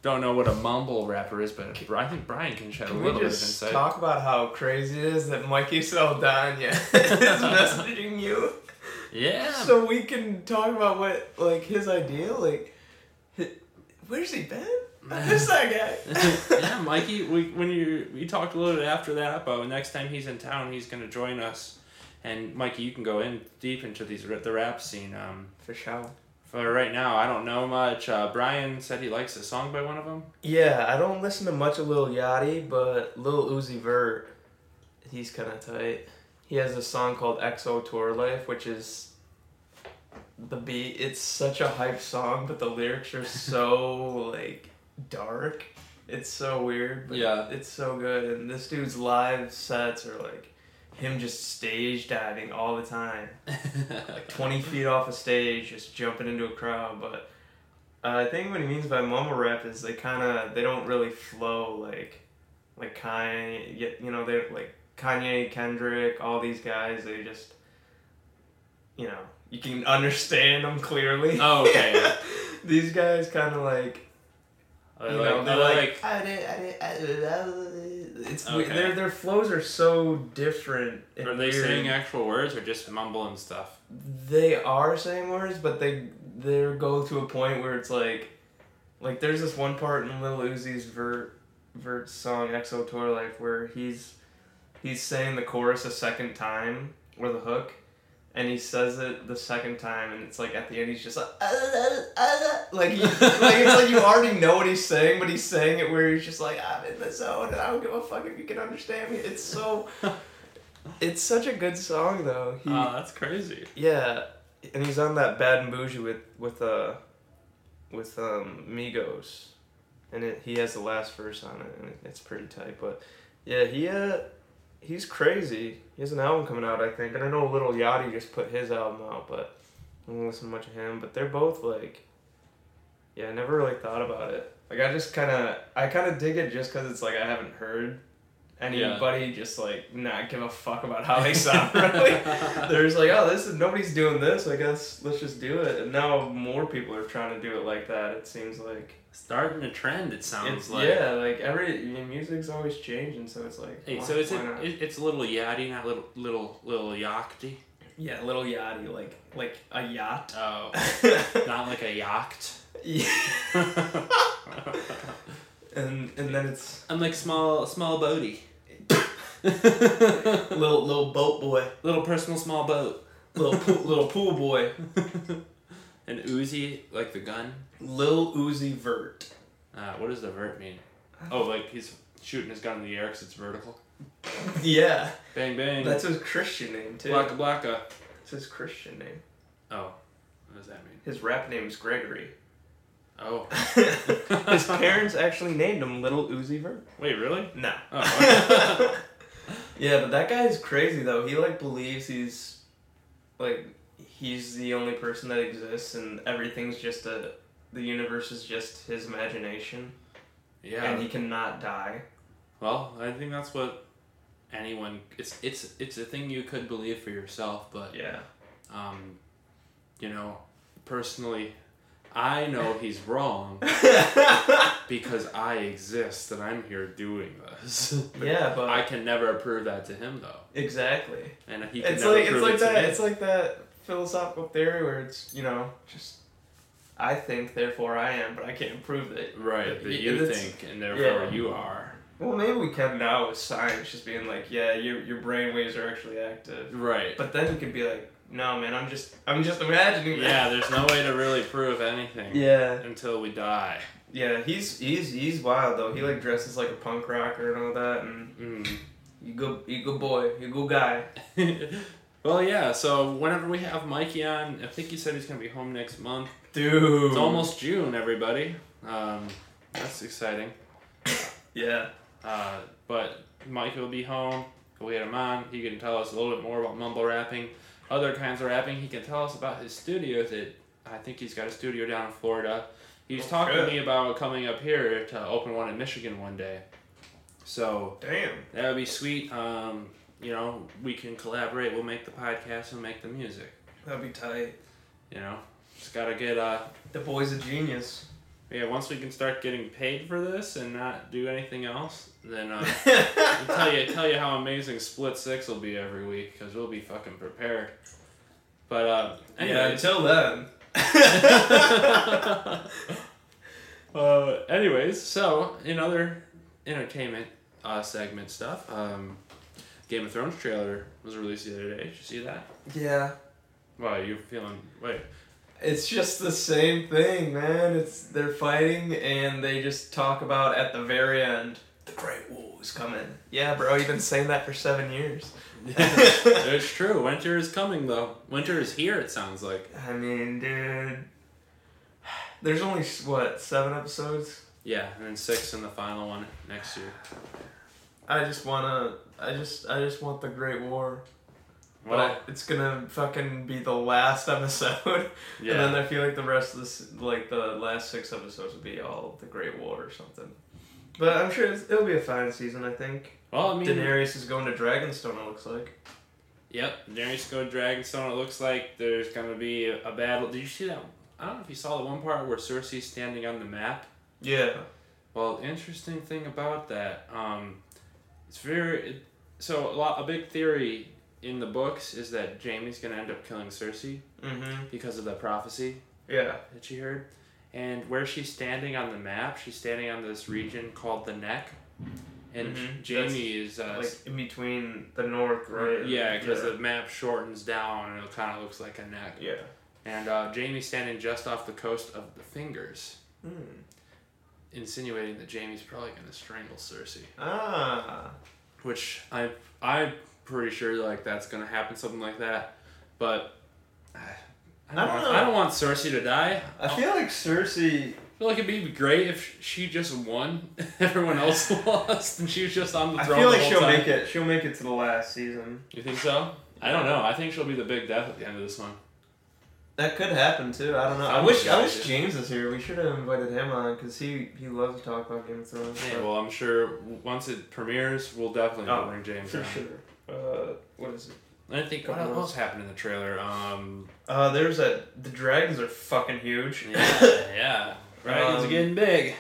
don't know what a mumble rapper is, but I think Brian can shed a Can little we bit of just insight. talk about how crazy it is that Mikey Saldana is messaging you yeah, so we can talk about what like his idea like. hi- Where's he been? I miss that guy. yeah, Mikey, we, when you we talked a little bit after that about next time he's in town, he's gonna join us. And Mikey, you can go in deep into these ra- the rap scene. Um, For sure. for right now, I don't know much. Uh, Brian said he likes a song by one of them. Yeah, I don't listen to much of Lil Yachty, but Lil Uzi Vert, he's kind of tight. He has a song called "Exo Tour Life," which is the beat. It's such a hype song, but the lyrics are so like dark. It's so weird, but Yeah. it's so good. And this dude's live sets are like him just stage diving all the time like 20 feet off a stage just jumping into a crowd but uh, i think what he means by mumble rap is they kind of they don't really flow like like kanye y- you know they're like kanye kendrick all these guys they just you know you can understand them clearly Oh, okay. these guys kind of like I you like, know, I they're like, like, "I did- I did- I did- I did." it's we- Okay. their their flows are so different. and are they weird. saying actual words or just mumbling stuff? they are saying words, but they they go to a point where it's like, like there's this one part in Lil Uzi's Vert Vert song "Exo Tour Life" where he's he's saying the chorus a second time or the hook, and he says it the second time, and it's like at the end he's just like, "Ah, ah, ah, ah," like, he- like it's like you already know what he's saying, but he's saying it where he's just like, I'm in the zone, and I don't give a fuck if you can understand me. It's so. It's such a good song though. He, Oh, that's crazy. yeah, and he's on that Bad and Bougie with with uh with um Migos, and it, he has the last verse on it, and it, it's pretty tight. But yeah, he uh he's crazy. He has an album coming out, I think, and I know Little Yachty just put his album out, but I don't listen much of him. But they're both like, yeah, I never really thought about it. Like I just kind of, I kind of dig it just because it's like I haven't heard anybody just like not give a fuck about how they sound. Really, they're just like, oh, this is nobody's doing this. I guess let's just do it. And now more people are trying to do it like that. It seems like Starting a trend, it sounds it's like. yeah, like every your music's always changing, so it's like Hey, why- so it's why not? a, it, it's a little yachty, not little little little yachty. Yeah, little yachty, like like a yacht. Oh, not like a yacht. and and then it's I'm like small small boaty, little little boat boy, little personal small boat, little pool, little pool boy, an Uzi like the gun. little Uzi Vert. Uh, what does the vert mean? Oh, like he's shooting his gun in the air because it's vertical. Yeah, Bang bang. that's his Christian name too. blocka blocka. It's his Christian name. Oh, what does that mean? His rap name's Gregory. Oh, his parents actually named him Little Uzi Vert. wait, really? No. Oh, yeah, but that guy is crazy though. He like believes he's like he's the only person that exists and everything's just a the universe is just his imagination and yeah. he cannot die. Well, I think that's what anyone. It's it's it's a thing you could believe for yourself, but Yeah. um, you know, personally, I know he's wrong because I exist and I'm here doing this. Yeah, but I can never prove that to him though, exactly. and he can It's never like it's prove like it to that me. it's like that philosophical theory where it's, you know, just I think therefore I am, but I can't prove it. Right, that Y- you it's- think, and therefore yeah. you are. Well, maybe we can now with science just being like, yeah, your your brain waves are actually active. Right. But then you could be like, no, man, I'm just I'm just imagining. Yeah, that." there's no way to really prove anything Yeah, until we die. yeah. He's he's he's wild though. He like dresses like a punk rocker and all that, and Mm. you go you good boy, you good guy. well, yeah, so whenever we have Mikey on, I think he said he's going to be home next month. Dude, It's almost June, everybody. Um, that's exciting. yeah. Uh, but Mikey will be home. We'll get him on. He can tell us a little bit more about mumble rapping, other kinds of rapping. He can tell us about his studio that I think he's got a studio down in Florida. He was Oh, talking good. to me about coming up here to open one in Michigan one day. So Damn. That would be sweet. Um, you know, we can collaborate. We'll make the podcast and make the music. That'd be tight. You know, just gotta get. Uh, The boy's a genius. yeah, once we can start getting paid for this and not do anything else, then uh, yeah, I'll tell you tell you how amazing Split Six will be every week because we'll be fucking prepared. But uh, anyways, until then. uh, anyways, so in other entertainment uh, segment stuff, um, Game of Thrones trailer was released the other day. Did you see that? yeah. Wow, you're feeling wait. It's just the same thing, man. It's they're fighting and they just talk about at the very end the Great War is coming. Yeah, bro, you've been saying that for seven years. it's true. Winter is coming though. Winter is here. It sounds like. I mean, dude, there's only s- what seven episodes. Yeah, and then six in the final one next year. I just wanna, I just, I just want the Great War. Well, But it's gonna fucking be the last episode, and then yeah, I feel like the rest of this, like the last six episodes, would be all the Great War or something. But I'm sure it's, it'll be a fine season. I think. well, I mean, Daenerys is going to Dragonstone. It looks like. yep. Daenerys go Dragonstone. It looks like there's gonna be a, a battle. Did you see that? I don't know if you saw the one part where Cersei's standing on the map. Yeah. Well, interesting thing about that, um, it's very. It, so a lot, a big theory in the books is that Jamie's gonna end up killing Cersei Mm-hmm. because of the prophecy. Yeah. that she heard. And where she's standing on the map, she's standing on Mm-hmm. this region called the Neck. And Mhm. Jamie is. Uh, Like in between the north, right? yeah, because the map shortens down and it kind of looks like a neck. yeah. And uh, Jamie's standing just off the coast of the Fingers, Hmm. insinuating that Jamie's probably going to strangle Cersei. Ah. Which I, I'm pretty sure like that's going to happen, something like that. But. I, I, don't I don't want, know. I don't want Cersei to die. I feel like Cersei feel like it'd be great if she just won, everyone else lost, and she was just on the I throne. feel the like whole she'll time. make it. She'll make it to the last season. You think so? I don't know. I think she'll be the big death at the end of this one. That could happen too. I don't know. I I'm wish I excited. wish James was here. We should have invited him on because he he loves to talk about Game of Thrones. Hey, but- well, I'm sure once it premieres, we'll definitely Oh, bring James for on. sure. Uh, what is it? And I think what Couple else happened in the trailer? Um, Uh, there's a the dragons are fucking huge. yeah, yeah, dragons Um, are getting big.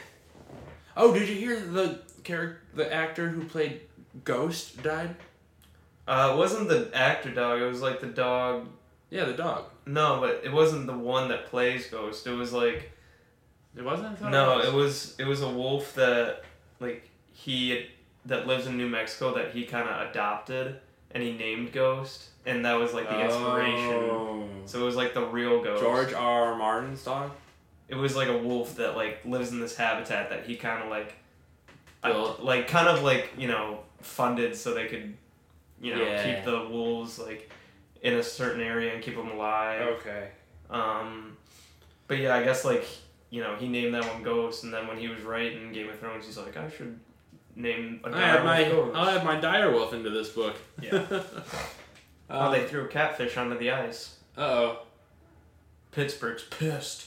Oh, did you hear the character, the actor who played Ghost died? Uh, it wasn't the actor dog. It was like the dog. Yeah, the dog. No, but it wasn't the one that plays Ghost. It was like It wasn't. I thought no, was. it was it was a wolf that like he had- that lives in New Mexico that he kind of adopted and he named Ghost, and that was like the inspiration. So it was like the real Oh. Ghost. George R. R. Martin's dog. it was like a wolf that like lives in this habitat that he kind of like I- Built. like kind of like you know funded so they could you know Yeah. keep the wolves like in a certain area and keep them alive Okay. um but yeah i guess like you know he named that one ghost and then when he was writing game of thrones he's like i should name a I add dire my wolf I'll ghost add my dire wolf into this book. Yeah. oh um, they threw a catfish onto the ice oh. pittsburgh's pissed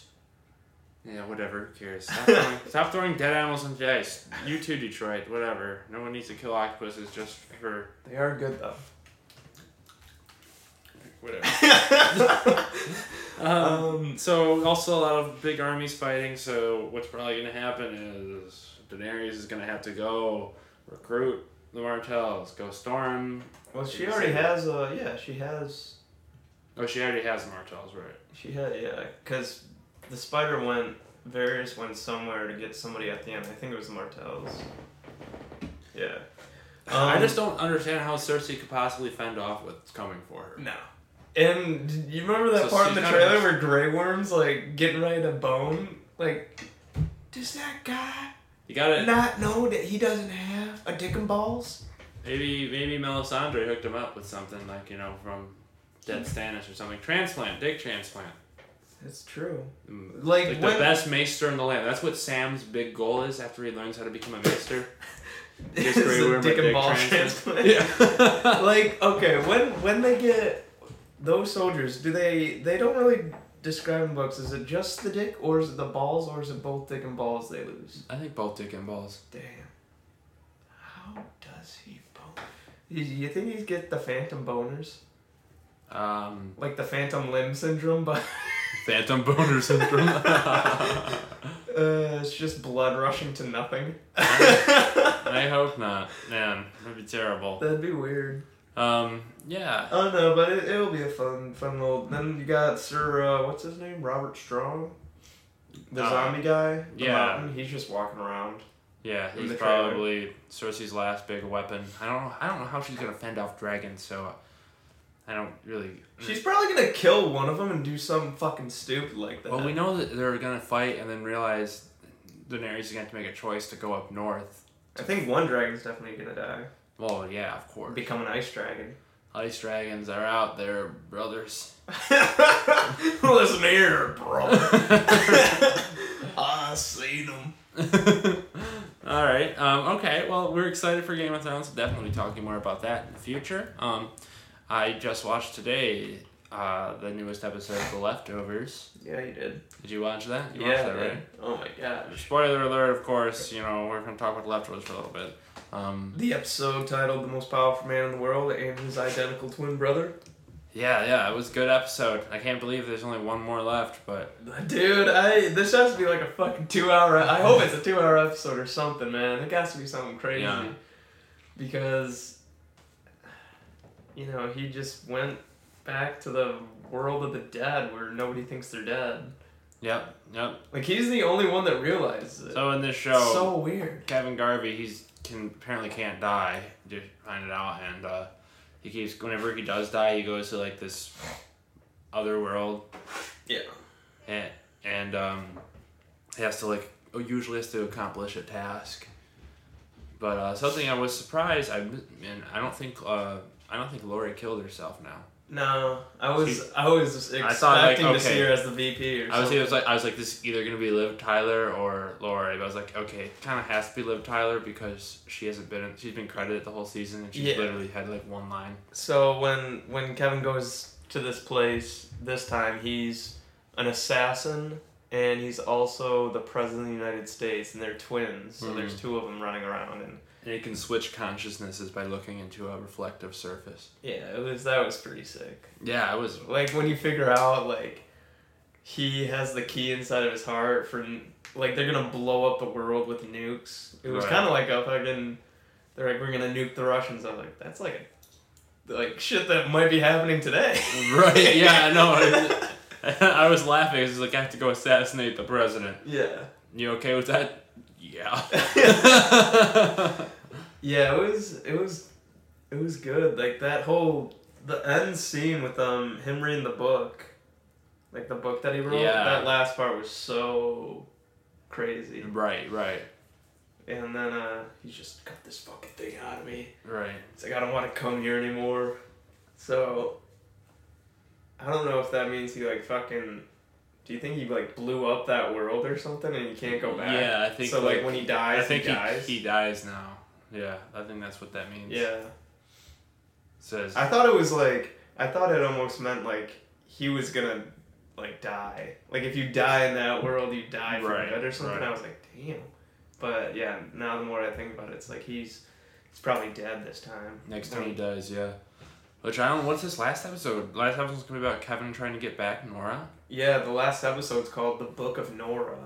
Yeah, whatever. Who cares? Stop throwing, stop throwing dead animals into the ice. You too, Detroit. Whatever. No one needs to kill octopuses just for they are good though whatever. Um, um so also a lot of big armies fighting. So what's probably going to happen is Daenerys is going to have to go recruit the Martells, go storm. well she already has uh yeah she has Oh, she already has the Martells, right? She had yeah, because the spider went Varys went somewhere to get somebody at the end. I think it was the Martells. Yeah. I Um, just don't understand how Cersei could possibly fend off what's coming for her. no. And d- you remember that So part in the she's kinda- trailer where Grey Worm's like getting ready to bone? Like, does that guy You gotta not know that he doesn't have a dick and balls? maybe maybe Melisandre hooked him up with something like you know from Dead Stannis or something. Transplant, dick transplant. That's true. Mm. Like, Like the when, best maester in the land. That's what Sam's big goal is after he learns how to become a maester. is Just Grey the Worm or dick and dick ball transplant? transplant? like okay when when they get those soldiers do they they don't really describe in books is it just the dick or is it the balls or is it both dick and balls they lose I think both dick and balls. damn how does he bone you, you think he'd get the phantom boners Um, like the phantom limb syndrome but Phantom boner syndrome. I uh, it's just blood rushing to nothing hope not. Man, that'd be terrible. that'd be weird Um, yeah. i don't know but it, it'll be a fun fun little then you got sir uh, what's his name robert strong the Uh, zombie guy the yeah. mountain, he's just walking around Yeah, In he's the trailer. probably Cersei's last big weapon. I don't know. I don't know how she's gonna fend off dragons. So I don't really. She's probably gonna kill one of them and do something fucking stupid like that. Well, we know that they're gonna fight and then realize Daenerys is gonna have to make a choice to go up north. I think one dragon's definitely gonna die. Well, yeah, of course. Become an ice dragon. Ice dragons are out there, brothers. Listen here, bro. I seen them. All right. Um, okay. Well, we're excited for Game of Thrones. Definitely talking more about that in the future. Um, I just watched today uh, the newest episode of The Leftovers. Yeah, you did. Did you watch that? You yeah, watched that, dude. right? Oh my god. Spoiler alert, of course, you know, we're going to talk about leftovers for a little bit. Um, The episode titled "The Most Powerful Man in the World" and his identical twin brother. yeah, yeah, it was a good episode. I can't believe there's only one more left, but Dude, I this has to be like a fucking two hour. I hope it's a two hour episode or something, man. It has to be something crazy, Yeah. because you know he just went back to the world of the dead where nobody thinks they're dead. yep, yep. Like he's the only one that realizes it. So in this show, It's so weird. Kevin Garvey, he's can apparently can't die. Just find it out, and uh, he keeps whenever he does die, he goes to like this other world, Yeah. and and um, he has to like oh, usually has to accomplish a task. But uh, something I was surprised I and I don't think uh, I don't think Lori killed herself now. No, I was She- I was expecting I thought, like, to see okay. her as the VP or I was, something. I was like, I was like, this is either gonna be Liv Tyler or Laura. But I was like, okay, it kind of has to be Liv Tyler because she hasn't been, in, she's been credited the whole season, and she's Yeah. literally had like one line. So when when Kevin goes to this place this time, he's an assassin and he's also the president of the United States, and they're twins. So there's Mm-hmm. two of them running around, and And it can switch consciousnesses by looking into a reflective surface. yeah, it was that was pretty sick. Yeah, I was. Like when you figure out like he has the key inside of his heart for like they're gonna blow up the world with nukes. It was Right. kind of like a fucking. They're like we're gonna nuke the Russians. I was like that's like a, like shit that might be happening today. Right? Yeah, I know. I was laughing. I was like, I have to go assassinate the president. yeah. You okay with that? Yeah. Yeah, it was it was it was good. Like that whole the end scene with um him reading the book, like the book that he wrote. Yeah. That last part was so crazy. right. Right. And then uh he's just cut this fucking thing out of me. Right. It's like I don't want to come here anymore. So I don't know if that means he like fucking. Do you think he like blew up that world or something and he can't go back? Yeah, I think, so. Like, like, when he dies, I think he dies. he dies now. Yeah, I think that's what that means. yeah. Says. I thought it was like I thought it almost meant like he was gonna like die. Like if you die in that world, you die for Right, good or something. right. I was like, damn. But yeah, now the more I think about it, it's like he's he's probably dead this time. Next When time he he- dies, yeah. Which I don't. What's this last episode? Last episode's gonna be about Kevin trying to get back Nora. Yeah, the last episode's called the Book of Nora.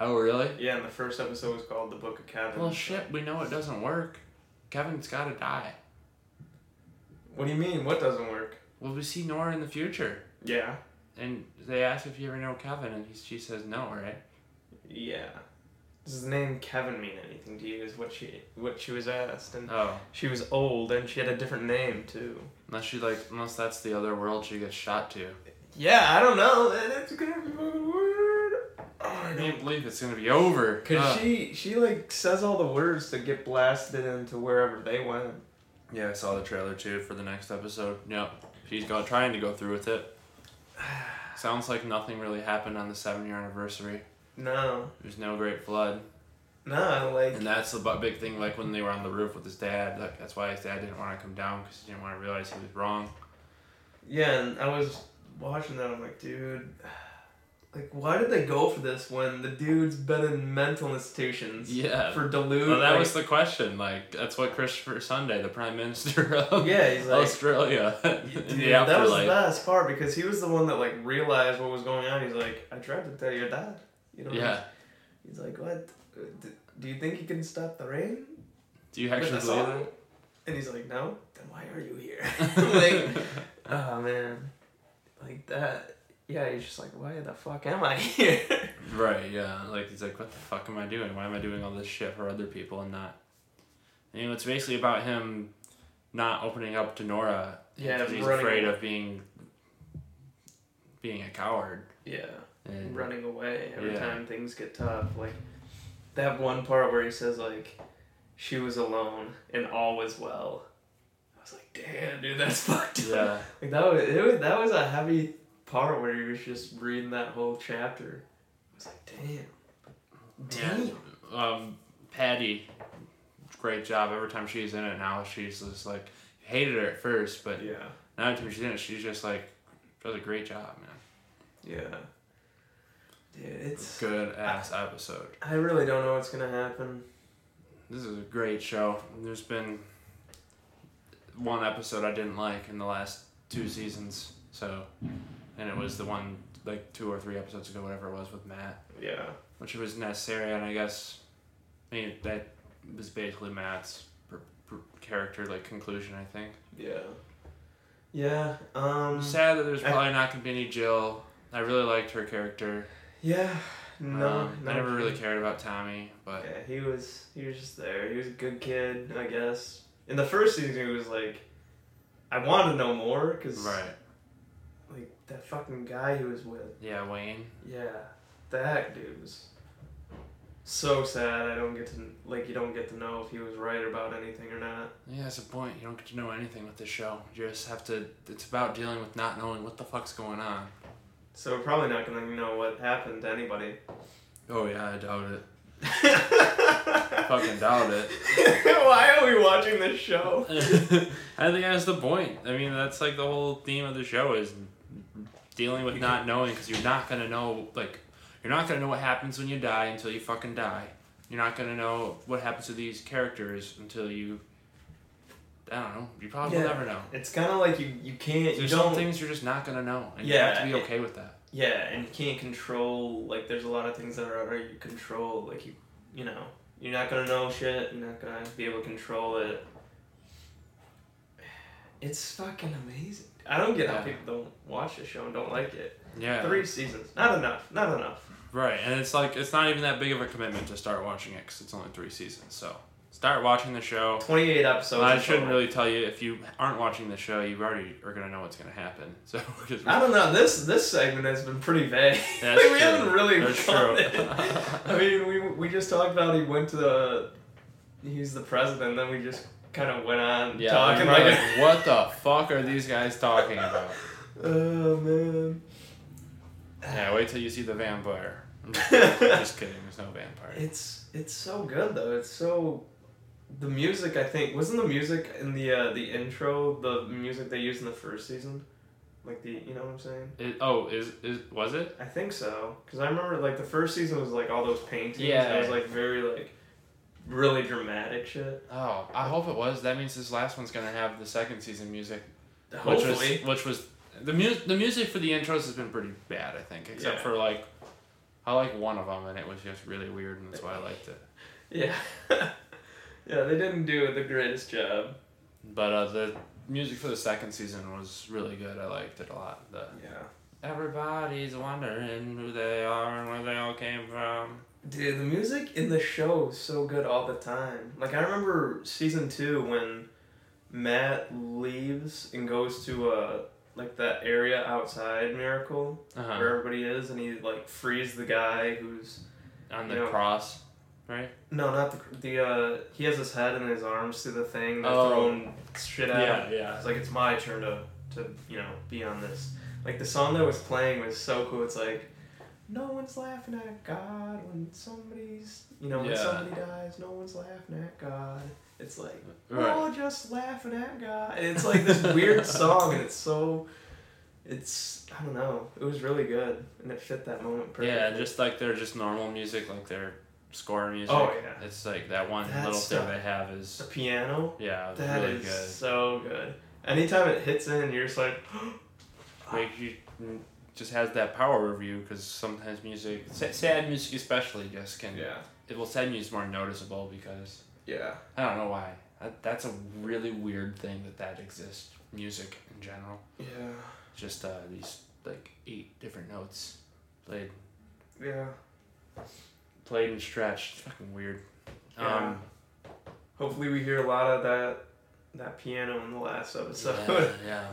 Oh really? Yeah, and the first episode was called the Book of Kevin. Well, shit. We know it doesn't work. Kevin's gotta die. What do you mean? What doesn't work? Well, we see Nora in the future, Yeah. and they ask if you ever know Kevin, and he, she says no, right? Yeah. Does his name Kevin mean anything to you? Is what she what she was asked, and Oh, she was old, and she had a different name too. unless she like, unless that's the other world she gets shot to. Yeah, I don't know. That- That's gonna be fucking weird. Uh. I I can't believe it's gonna be over. Cause Ugh. she she like says all the words to get blasted into wherever they went. Yeah, I saw the trailer too for the next episode. Yep. She's got trying to go through with it. Sounds like nothing really happened on the seven year anniversary. No, There's no great flood. no, like And that's the bu- big thing, like when they were on the roof with his dad. Like, that's why his dad didn't want to come down because he didn't want to realize he was wrong. yeah. And I was watching that. I'm like, dude, like why did they go for this when the dude's been in mental institutions? Yeah. for delude. Well, that like- was the question. Like, that's what Christopher Sunday, the Prime Minister of Yeah, he's like- Australia, in the Dude, that was the afterlife. best part because he was the one that like realized what was going on. He's like, I tried to tell your dad. You know. Yeah. He's like, what? Uh, d- Do you think you can stop the rain? Do you actually With us believe all? that? And he's like, no, then why are you here? like, oh man, like that. Yeah, he's just like, why the fuck am I here? Right, yeah. Like, he's like, what the fuck am I doing? Why am I doing all this shit for other people and not. You know, it's basically about him not opening up to Nora. Yeah, Because he's running- afraid of being. being a coward. yeah, And running away every Yeah. time things get tough. Like that one part where he says like, she was alone and all was well. I was like, damn, dude, that's fucked up. Yeah, Like that was, it was that was a heavy part where he was just reading that whole chapter. I was like, damn, damn. yeah. Um, Patty, great job. Every time she's in it now, she's just like hated her at first, but Yeah. now every time she's in it, she's just like does a great job, man. Yeah. Dude, it's. Good ass episode. I really don't know what's gonna happen. This is a great show. There's been one episode I didn't like in the last two seasons, so and it was the one like two or three episodes ago, whatever it was with Matt, Yeah. which was necessary, and I guess I mean that was basically Matt's per, per character like conclusion. I think. Yeah. Yeah. Um. I'm sad that there's I- probably not gonna be any Jill. I really liked her character. Yeah. No. Um, no I never really kidding. cared about Tommy, but Yeah, he was. He was just there. He was a good kid, I guess. In the first season, he was like, I want to know more because right, like that fucking guy he was with. yeah, Wayne. Yeah. That dude was so sad. I don't get to like you don't get to know if he was right about anything or not. Yeah, that's the point. You don't get to know anything with this show. You just have to. It's about dealing with not knowing what the fuck's going on. So we're probably not gonna know what happened to anybody. Oh yeah, I doubt it. Fucking Fucking doubt it. Why are we watching this show? I think that's the point. I mean, that's like the whole theme of the show is dealing with not knowing because you're not gonna know like you're not gonna know what happens when you die until you fucking die. You're not gonna know what happens to these characters until you. I don't know. You probably will Yeah. never know. It's kind of like you you can't you There's don't some things you're just not gonna know, and you have to Yeah, be it- okay with that. yeah, and you can't control like there's a lot of things that are out of your control. Like you you know you're not gonna know shit. You're not gonna be able to control it. It's fucking amazing. I don't get how Yeah. people don't watch the show and don't like it. Yeah. Three seasons, not enough, not enough. Right, and it's like it's not even that big of a commitment to start watching it because it's only three seasons. So start watching the show. Twenty eight episodes. I in shouldn't total. really tell you if you aren't watching the show, you already are gonna know what's gonna happen. So we're just I don't know. This this segment has been pretty vague. That's like, we true. haven't really That's done true. it. I mean, we we just talked about he went to the he's the president. Then we just kind of went on yeah, talking like, like. what the fuck are these guys talking about? oh man, Yeah, wait till you see the vampire. just kidding, there's no vampire. it's it's so good though. It's so the music. I think wasn't the music in the uh, the intro the music they used in the first season, like the you know what I'm saying. It, oh, is is was it? I think so, because I remember like the first season was like all those paintings. Yeah. it was like very like really dramatic shit. Oh, I hope it was. That means this last one's gonna have the second season music, Hopefully, which was which was the music. The music for the intros has been pretty bad, I think, except Yeah. for like I like one of them, and it was just really weird, and that's why I liked it. yeah, yeah. They didn't do the greatest job. But uh, the music for the second season was really good. I liked it a lot. The Yeah, everybody's wondering who they are and where they all came from. dude, the music in the show is so good all the time. Like I remember season two when Matt leaves and goes to uh like that area outside Miracle Uh-huh. where everybody is, and he like frees the guy who's On the Yeah. cross, right? No, not the the. Uh, he has his head and his arms through the thing. They're Oh. throwing shit at him. yeah. It's like it's my turn to to you know be on this. Like the song that was playing was so cool. It's like no one's laughing at God when somebody's you know when Yeah. somebody dies. No one's laughing at God. It's like we're Right. all just laughing at God. And it's like this weird song, and it's so. It's I don't know. It was really good, and it fit that moment perfectly. Yeah, just like their just normal music, like their score music. Oh, yeah. It's like that one That little stuff. thing they have is the piano. yeah, it's That is really so good. Anytime it hits in, you're just like, good. Like you mm, just has that power over you because sometimes music, sa- sad music especially, just can yeah, it will sad music more noticeable because yeah. I don't know why. That, that's a really weird thing that that exists. Music in general, Yeah, just uh, these like eight different notes played, yeah. played and stretched. It's fucking weird. Yeah. Um, Hopefully, we hear a lot of that that piano in the last episode. yeah, yeah.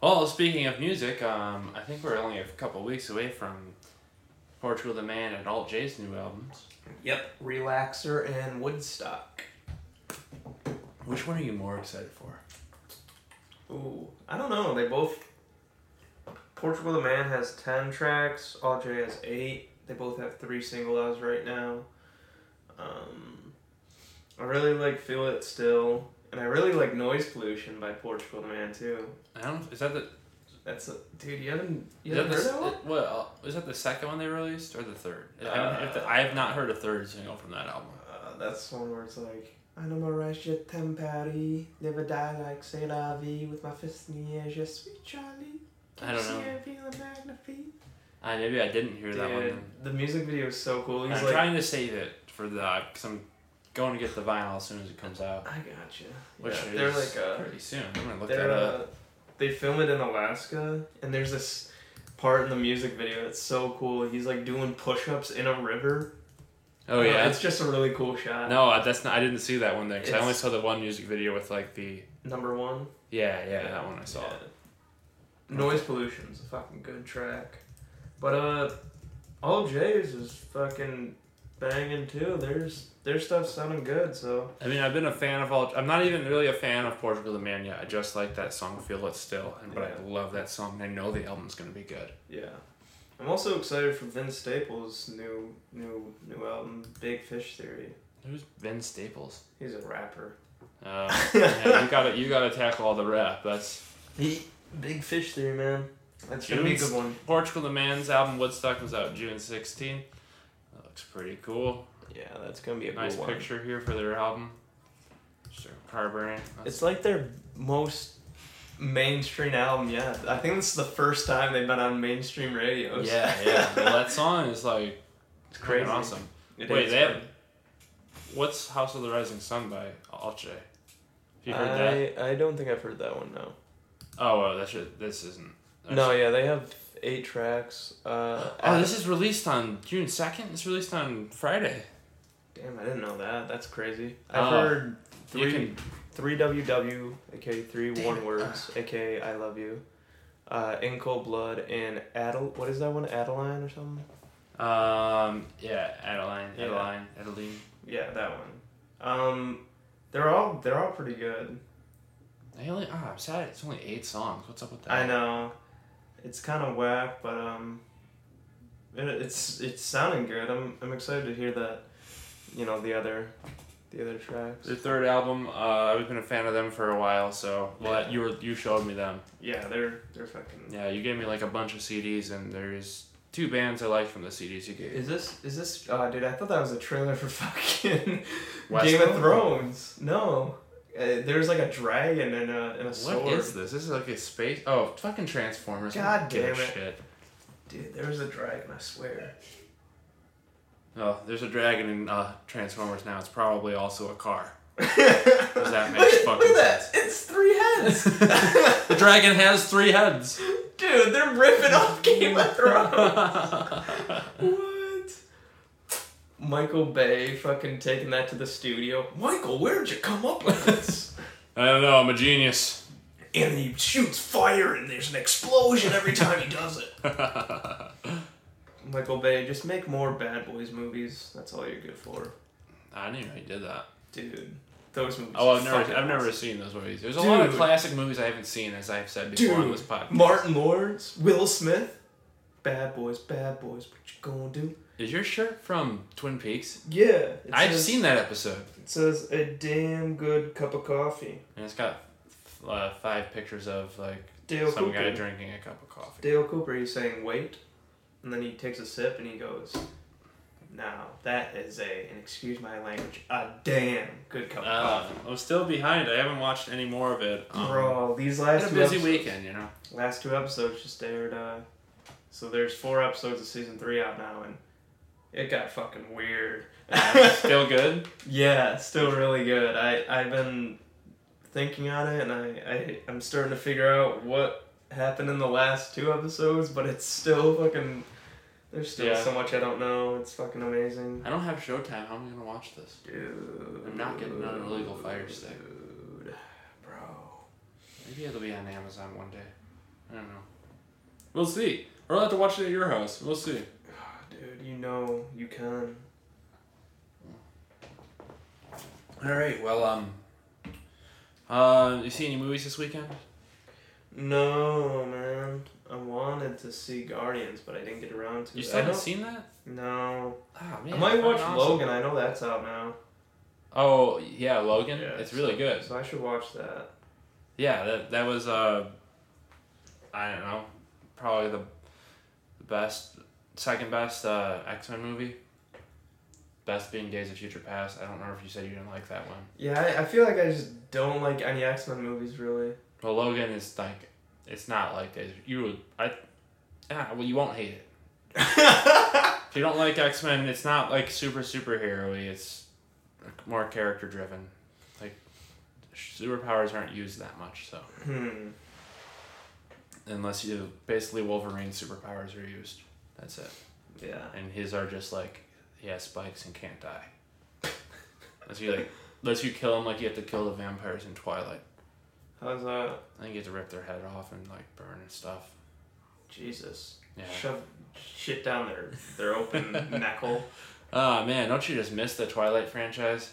Well, speaking of music, um, I think we're only a couple weeks away from Portugal the Man and Alt J's new albums. yep, Relaxer and Woodstock. Which one are you more excited for? Ooh, I don't know. They both. Portugal the Man has ten tracks. All J has eight. They both have three single outs right now. Um, I really like Feel It Still, and I really like Noise Pollution by Portugal the Man too. I don't. Is that the? That's a, dude. You haven't you Is that haven't the, heard that one? s- well, is that the second one they released or the third? I, haven't- if the- Uh, I have not heard a third single from that album. Uh, that's one where it's like I know my right shit tempari, live or die like say la vie with my fist in the air, just sweet Charlie. I don't know. Can't you see I'm feeling magnifique? Uh, I maybe I didn't hear that one. Dude, then. the music video is so cool. He's I'm like, trying to save it for the because I'm going to get the vinyl as soon as it comes out, I gotcha. which yeah, is they're like uh, pretty soon. I'm gonna look that They're, up. uh, they film it in Alaska, and there's this part in the music video that's so cool. He's like doing push-ups in a river. Oh Uh, yeah, it's just a really cool shot. no, uh, that's not. I didn't see that one there because I It's- only saw the one music video with like the Number one. yeah yeah, that one I saw. Yeah. Noise pollution's a fucking good track, but uh, all J's is fucking banging too. There's their stuff sounding good. So I mean, I've been a fan of all. I'm not even really a fan of Portugal the Man yet. I just like that song "Feel It Still," and but I Yeah. love that song. and I know the album's gonna be good. yeah, I'm also excited for Vince Staples' new new new album, Big Fish Theory. Who's Vin Staples? He's a rapper. Uh, yeah, you gotta you gotta tackle all the rap. That's He Big Fish Theory, man. That's gonna be a June's- good one. Portugal the Man's album Woodstock was out June 16. That looks pretty cool. Yeah, that's gonna be a Nice good one. picture here for their album. Sure, car burning. That's- It's like their most mainstream album yet. I think this is the first time they've been on mainstream radio. yeah, yeah. Well, that song is like it's crazy, crazy. awesome. It Wait, is they have- crazy. What's House of the Rising Sun by Alche? Have you heard I, that? I don't think I've heard that one. No. Oh, well, that should, this isn't. No, yeah, they have eight tracks. Uh, Oh, this is released on June 2nd? It's released on Friday. damn, I didn't know that. That's crazy. I've Oh. heard You can, three three WW, aka three Damn one it. words, aka I love you. Uh, in cold blood and Adel, what is that one? Adeline or something? um, yeah, Adeline, Yeah. Adeline, Adeline. Yeah, that one. Um, they're all they're all pretty good. I only, ah, I'm sad it's only eight songs. What's up with that? I know. It's kind of whack, but um, it, it's it's sounding good. I'm I'm excited to hear that. You know the other, the other tracks. Their third album, uh, I've been a fan of them for a while, so well, Yeah. you were you showed me them. Yeah, they're they're fucking. Yeah, you gave me like a bunch of CDs, and there's two bands I like from the CDs you gave. Is this is this? Uh, dude, I thought that was a trailer for fucking Game Westworld? of Thrones. No, uh, there's like a dragon and a and a sword. What is this? This is like a space. Oh, fucking Transformers. I don't God give a damn it. Shit. Dude, there was a dragon. I swear. Oh, there's a dragon in uh, Transformers now. It's probably also a car. Does that make look, at- fucking look at that? It's three heads. The dragon has three heads. Dude, they're ripping off Game of Thrones. Michael what? Michael Bay fucking taking that to the studio. Michael, where'd you come up with this? I don't know. I'm a genius. and he shoots fire and there's an explosion every time he does it. Michael Bay, just make more Bad Boys movies. That's all you're good for. I didn't even did that. Dude, those movies. Oh, are I've never, fucking I've never awesome. seen those movies. There's a lot of Dude. classic movies I haven't seen, as I've said before on Dude. this podcast. Martin Lawrence, Will Smith. Bad Boys, Bad Boys, what you gonna do? Is your shirt from Twin Peaks? Yeah. it I've says- seen that episode, It says a damn good cup of coffee. and it's got uh, five pictures of like Dale some Cooper. guy drinking a cup of coffee. Dale Cooper, he's saying wait, and then he takes a sip and he goes, "Now that is a, and excuse my language, a damn good cup of Uh, coffee." I'm still behind. I haven't watched any more of it. Um, Bro, these I had last a two busy episodes, weekend, you know. last two episodes just aired. Uh, so there's four episodes of season three out now, and it got fucking weird. Still good. Yeah, it's still really good. I I've been thinking on it, and I, I I'm starting to figure out what happened in the last two episodes, but it's still fucking. There's still Yeah. so much I don't know. It's fucking amazing. I don't have Showtime. How am I gonna watch this? Dude. I'm not getting an illegal fire stick. Dude, bro. Maybe it'll be on Amazon one day. I don't know. We'll see. Or I'll have to watch it at your house. We'll see. Ah, Dude, you know you can. All right. Well, um, uh, you see any movies this weekend? No, man. I wanted to see Guardians, but I didn't get around to You it. still I haven't don't- seen that? No. Oh man. I might watch fucking awesome. Logan. I know that's out now. Oh yeah, Logan. Yeah, it's really good. So I should watch that. Yeah, that that was uh, I don't know, probably the, the best, second best uh, X Men movie. Best being Days of Future Past. I don't remember if you said you didn't like that one. Yeah, I, I feel like I just don't like any X Men movies really. But Logan is like, it's not like Days. Of, you would I, ah well you won't hate it. Hmm, If you don't like X Men, it's not like super superhero y. It's more character driven. Like superpowers aren't used that much, so hmm. unless you basically Wolverine's superpowers are used. That's it. Yeah. And his are just like he has spikes and can't die. unless you like unless you kill him like you have to kill the vampires in Twilight. How's that? I think you have to rip their head off and like burn and stuff. Jesus. Yeah. Shove shit down their their open knuckle. Oh man, don't you just miss the Twilight franchise?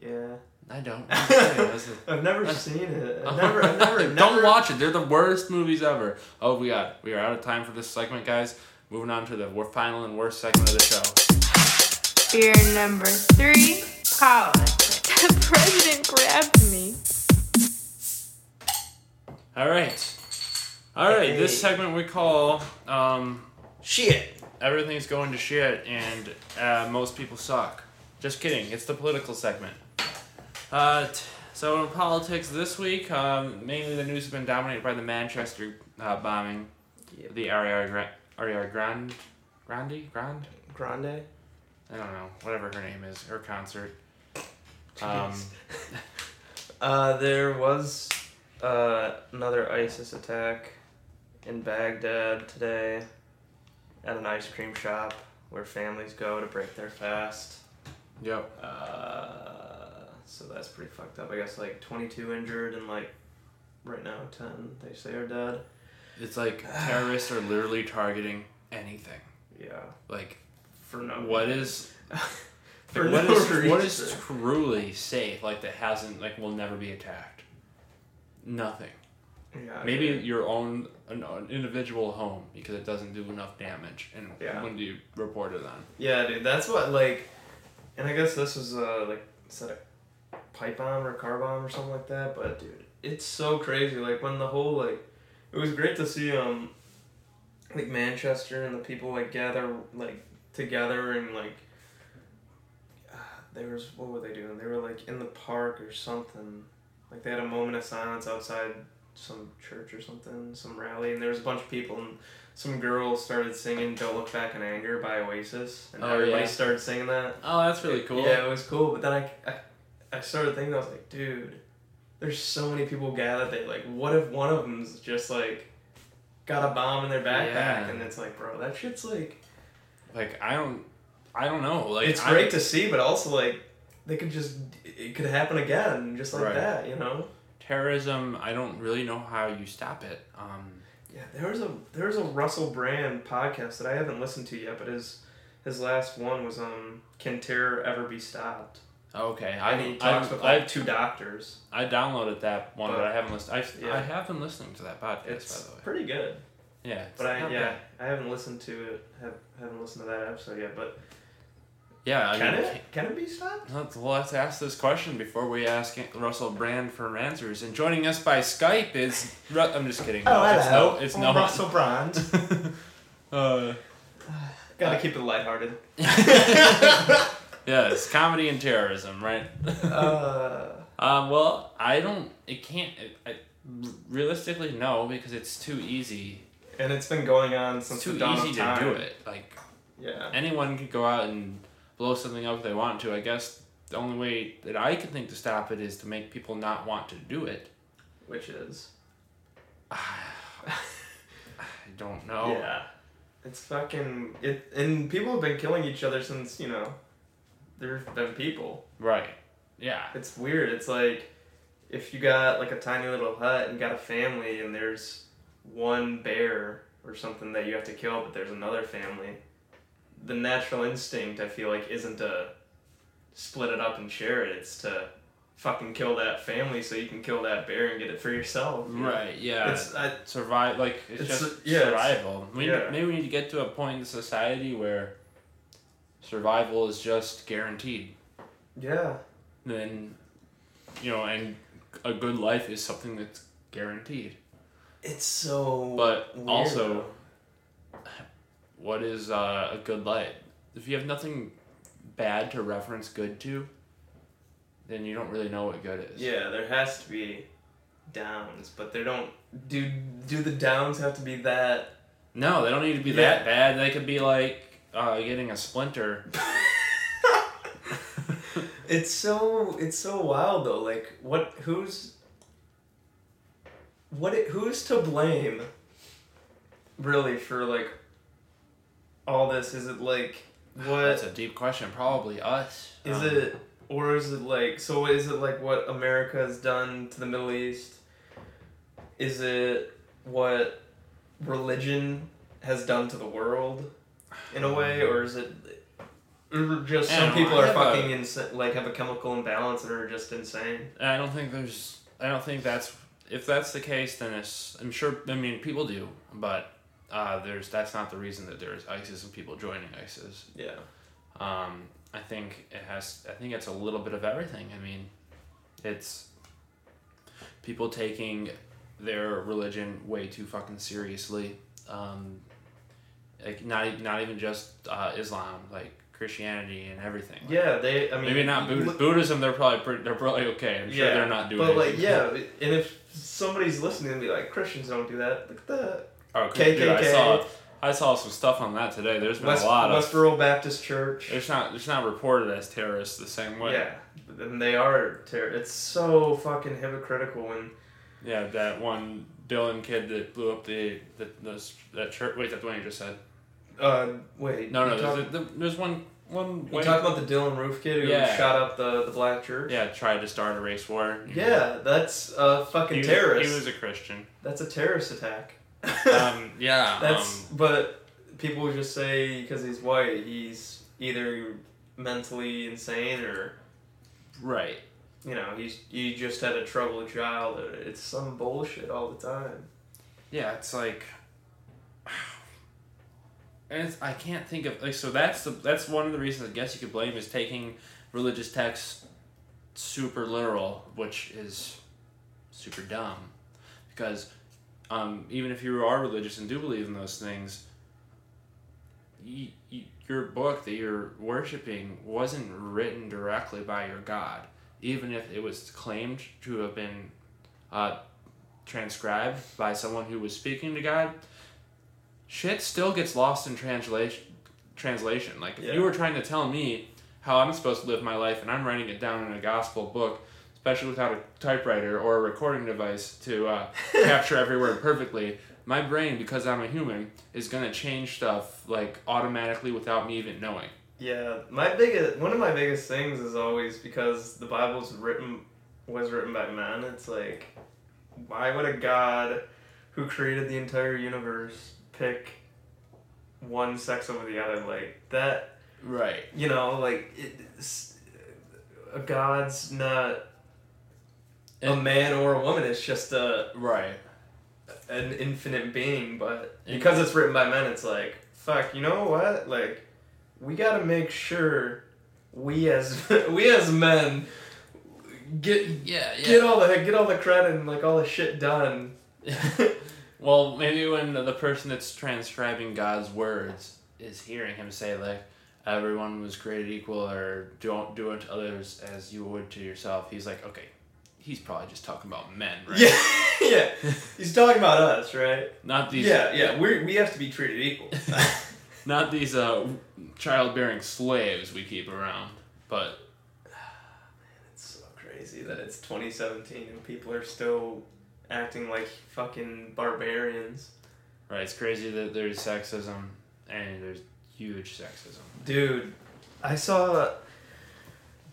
Yeah. I don't. I'm kidding. This is- I've never seen it. I've never, I've never, don't never- watch it. They're the worst movies ever. Oh, we got we are out of time for this segment, guys. Moving on to the wor- final and worst segment of the show. Fear number three, politics. The president grabbed me. All right, all right. This Hey. segment we call um, Shit. "Everything's Going to Shit" and uh, "Most People Suck." Just kidding. It's the political segment. Uh, t- so in politics this week, um, mainly the news has been dominated by the Manchester uh, bombing, Yep. the Ariana Grande, Ariana Grande, Grande, Grande. Grande. I don't know, whatever her name is, her concert. Um, Jeez. uh, there was uh, another ISIS attack in Baghdad today at an ice cream shop where families go to break their fast. yep. Uh, so that's pretty fucked up. I guess like 22 injured and like right now 10 they say are dead. It's like terrorists are literally targeting anything. Yeah, Like, for no. what is for like, what no is what reason. is truly safe? Like that hasn't like will never be attacked. Nothing. Yeah, Maybe yeah. your own an, an individual home because it doesn't do enough damage. And Yeah. when do you report it on? Yeah, dude, that's what like, and I guess this was uh like said a pipe bomb or a car bomb or something like that. But dude, it's so crazy. Like when the whole like, it was great to see um, like Manchester and the people like gather like together and like. uh, There was what were they doing? They were like in the park or something. Like they had a moment of silence outside some church or something, some rally, and there was a bunch of people and some girl started singing "Don't Look Back in Anger" by Oasis, and Oh, everybody yeah. started singing that. Oh, that's really cool. Yeah, it was cool. But then I, I, I started thinking, I was like, dude, there's so many people gathered. They like, what if one of them's just like, got a bomb in their backpack, Yeah. and it's like, bro, that shit's like, Like I don't, I don't know. Like it's I- great to see, but also like, they could just, it could happen again, just like Right. that, you know. Terrorism. I don't really know how you stop it. Um, Yeah, there was a there was a Russell Brand podcast that I haven't listened to yet, but his his last one was um Can Terror Ever Be Stopped? Okay, I And he talks I, with I, like two doctors. I downloaded that one, but, But- I haven't listened. I yeah. I have been listening to that podcast It's by the way. pretty good. Yeah, it's But I not yeah, bad. I haven't listened to it have haven't listened to that episode yet, but yeah. I can mean, it can it be stopped? let's, let's ask this question before we ask Russell Brand for answers. And joining us by Skype is Ru- I'm just kidding. Oh, No, it's no, it's no. Russell Brand. uh, Gotta keep it lighthearted. yes, comedy and terrorism, right? Uh Um, well, I don't. It can't. I, I- realistically, no, because it's too easy. and it's been going on It's since too the dawn easy of to time. do it. Like Yeah. anyone could go out and blow something up if they want to. I guess the only way that I can think to stop it is to make people not want to do it. Which is I don't know. Yeah. It's fucking it and people have been killing each other since, you know, there's been people. Right. Yeah. It's weird. It's like if you got like a tiny little hut and got a family and there's one bear or something that you have to kill but there's another family, the natural instinct I feel like isn't to split it up and share it. It's to fucking kill that family so you can kill that bear and get it for yourself. you know? Right. Yeah. It's I, survive. Like it's, It's- just yeah, it's- survival. We yeah. maybe we need to get to a point in society where survival is just guaranteed. yeah. Then, you know, and a good life is something that's guaranteed. It's so But weird, also, though. what is uh, a good life? If you have nothing bad to reference good to, then you don't really know what good is. Yeah, there has to be downs, but they don't. Do do the downs have to be that? No, they don't need to be Yeah. that bad. They could be like uh, getting a splinter. It's so it's so wild though. Like what? Who's what? It, who's to blame? Really, for like all this? Is it like That's what? a deep question. Probably us. Is Um, it or is it like so? Is it like what America has done to the Middle East? Is it what Um, religion has done to the world, in a way, or is it Or Just I some don't people know. are Yeah, but- fucking insa- like have a chemical imbalance and are just insane. I don't think there's. I don't think that's. If that's the case, then it's. I'm sure. I mean, people do, but uh, there's. That's not the reason that there's ISIS and people joining ISIS. Yeah. Um, I think it has. I think it's a little bit of everything. I mean, it's people taking their religion way too fucking seriously. Um, like not e- not even just uh, Islam, like Christianity and everything. Like, Yeah, they. I mean, Maybe not you Buddh- look- Buddhism. They're probably pretty, they're probably okay. I'm sure they're not doing. But like, anything. yeah, and if somebody's listening and be like, Christians don't do that. Look at that. Oh, KKK. dude, I saw I saw some stuff on that today. There's been West, a lot of Westboro Baptist Church. it's not it's not reported as terrorists the same way. Yeah, and they are. Ter- it's so fucking hypocritical when Yeah, that one Dylan kid that blew up the the, the that church. Wait, that's the one you just said. Uh, wait. No, no, You there's, talk, a- there's one one. you talk about the Dylan Roof kid who Yeah. shot up the, the black church? yeah, tried to start a race war. Yeah, that's a he fucking was, terrorist. He was a Christian. that's a terrorist attack. Um, yeah, that's um, but people just say because he's white, he's either mentally insane or right. you know he's he just had a troubled childhood. It's some bullshit all the time. Yeah, it's like, and it's, I can't think of like so. That's the that's one of the reasons I guess you could blame is taking religious texts super literal, which is super dumb, because um, even if you are religious and do believe in those things, y y your book that you're worshiping wasn't written directly by your God, even if it was claimed to have been. Uh, transcribed by someone who was speaking to God, shit still gets lost in translation. Translation. Like if Yeah. you were trying to tell me how I'm supposed to live my life, and I'm writing it down in a gospel book, especially without a typewriter or a recording device to uh, capture every word perfectly. My brain, because I'm a human, is gonna change stuff like automatically without me even knowing. Yeah, my biggest one of my biggest things is always because the Bible's written was written by men. It's like, why would a God who created the entire universe pick one sex over the other like that? Right. You know, like it's, a God's not a And- man or a woman. It's just a Right. an infinite being, but And- because it's written by men, it's like, fuck, you know what? Like, we gotta make sure we as we as men get Yeah. get all the get all the credit and like all the shit done. Well, maybe when the person that's transcribing God's words is hearing him say like, "Everyone was created equal," or "Don't do unto others as you would to yourself," he's like, "Okay, he's probably just talking about men, right? Yeah, yeah. He's talking about us, right? Not these, yeah, yeah. We we have to be treated equal. not these uh, childbearing slaves we keep around." But It's so crazy that it's 2017 and people are still acting like fucking barbarians. right, it's crazy that there's sexism and there's huge sexism. Dude, I saw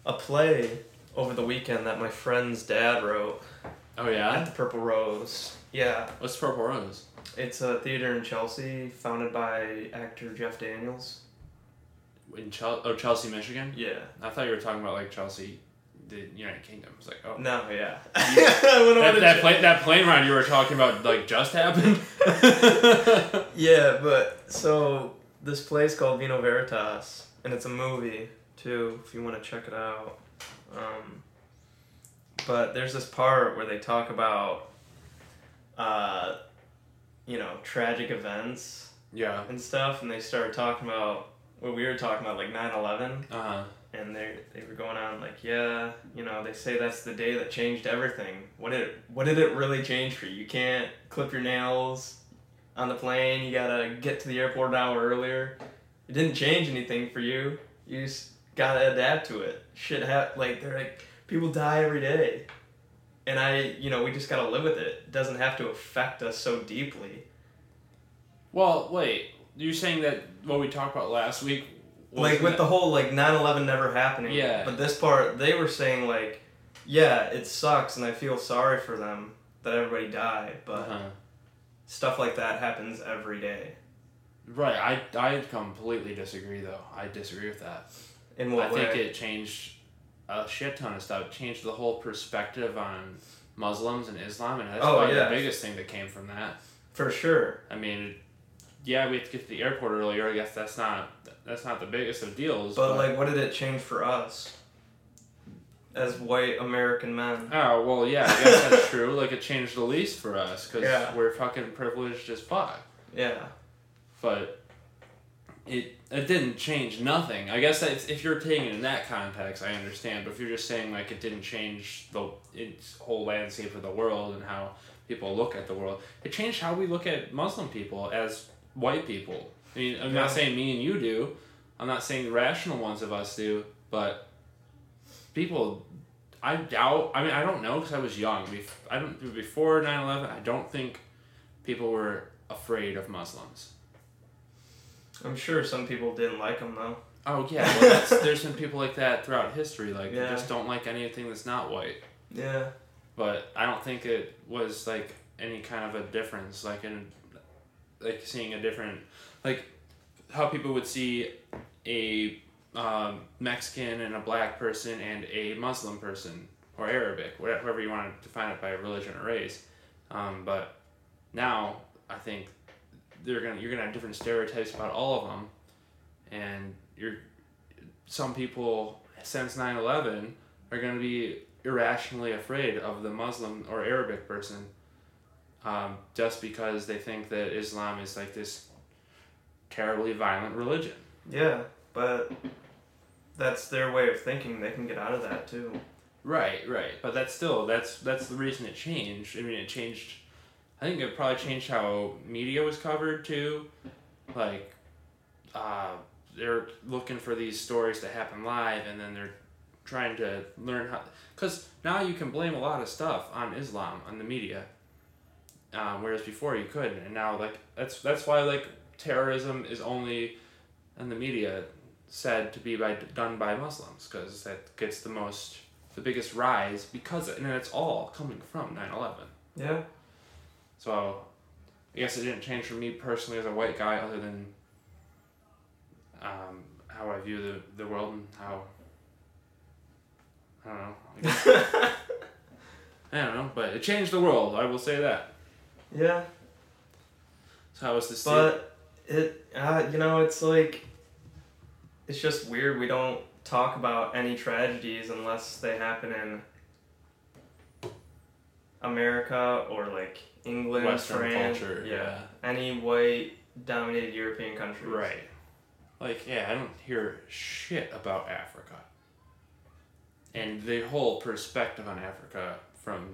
a play over the weekend that my friend's dad wrote Oh at yeah, the Purple Rose. Yeah, what's Purple Rose? it's a theater in Chelsea founded by actor Jeff Daniels. In Chel- oh Chelsea, Michigan. Yeah. I thought you were talking about like Chelsea, the United Kingdom. It's like oh. No, yeah. I went over That, to that, Ch- plane, that plane ride you were talking about, like, just happened? Yeah, but so this play's called Vino Veritas, and it's a movie too. If you want to check it out, um, but there's this part where they talk about, uh, you know, tragic events yeah. and stuff, and they started talking about what we were talking about, like 9/11, Uh-huh. and they they were going on like, yeah, you know, they say that's the day that changed everything. What did it, what did it really change for you? You can't clip your nails on the plane. You gotta get to the airport an hour earlier. It didn't change anything for you. You just gotta adapt to it. Shit hap like they're like people die every day, and I you know we just gotta live with it. It doesn't have to affect us so deeply. Well, wait. You're saying that what we talked about last week like wasn't with the that- whole like 9-11 never happening Yeah. but this part they were saying like yeah it sucks and i feel sorry for them that everybody died but Uh-huh. stuff like that happens every day Right. I, I completely disagree, though. I disagree with that. In what I think way? it changed a shit ton of stuff. It changed the whole perspective on Muslims and Islam, and that's Oh, probably yeah. the biggest thing that came from that. For sure. I mean, yeah, we have to get to the airport earlier. I guess that's not that's not the biggest of deals. But like, what did it change for us? As white American men. oh well, yeah, I guess that's true. Like it changed the least for us because Yeah. we're fucking privileged as fuck. Yeah. but it it didn't change nothing. I guess that's, if you're taking it in that context, I understand. But if you're just saying like it didn't change the its whole landscape of the world and how people look at the world, it changed how we look at Muslim people as white people. I mean, I'm Yeah. not saying me and you do. I'm not saying the rational ones of us do, but people. I doubt. I mean, I don't know because I was young. Bef- I don't before 9-11, I don't think people were afraid of Muslims. I'm sure some people didn't like them though. Oh yeah, well, that's, there's been people like that throughout history. Like Yeah. they just don't like anything that's not white. Yeah. But I don't think it was like any kind of a difference, like in like seeing a different, like how people would see a um, Mexican and a black person and a Muslim person or Arabic, whatever you want to define it by religion or race. Um, but now I think they're gonna you're gonna have different stereotypes about all of them, and you're some people since 9-11 are gonna be irrationally afraid of the Muslim or Arabic person, um, just because they think that Islam is like this terribly violent religion. Yeah. But that's their way of thinking. They can get out of that too. Right, right. But that's still that's that's the reason it changed. I mean, it changed. I think it probably changed how media was covered too. Like, uh, they're looking for these stories to happen live, and then they're trying to learn how. Because now you can blame a lot of stuff on Islam on the media, um, whereas before you couldn't. And now, like that's that's why like terrorism is only in the media said to be by done by Muslims because that gets the most the biggest rise because and it's all coming from 9-11 Yeah. so i guess it didn't change for me personally as a white guy other than um, how i view the, the world and how i don't know I, guess, I don't know but it changed the world i will say that Yeah. so how was the state But it, uh, you know, it's like, it's just weird. We don't talk about any tragedies unless they happen in America or like England, Western France, culture, yeah. any white dominated European countries. right like yeah i don't hear shit about africa and the whole perspective on africa from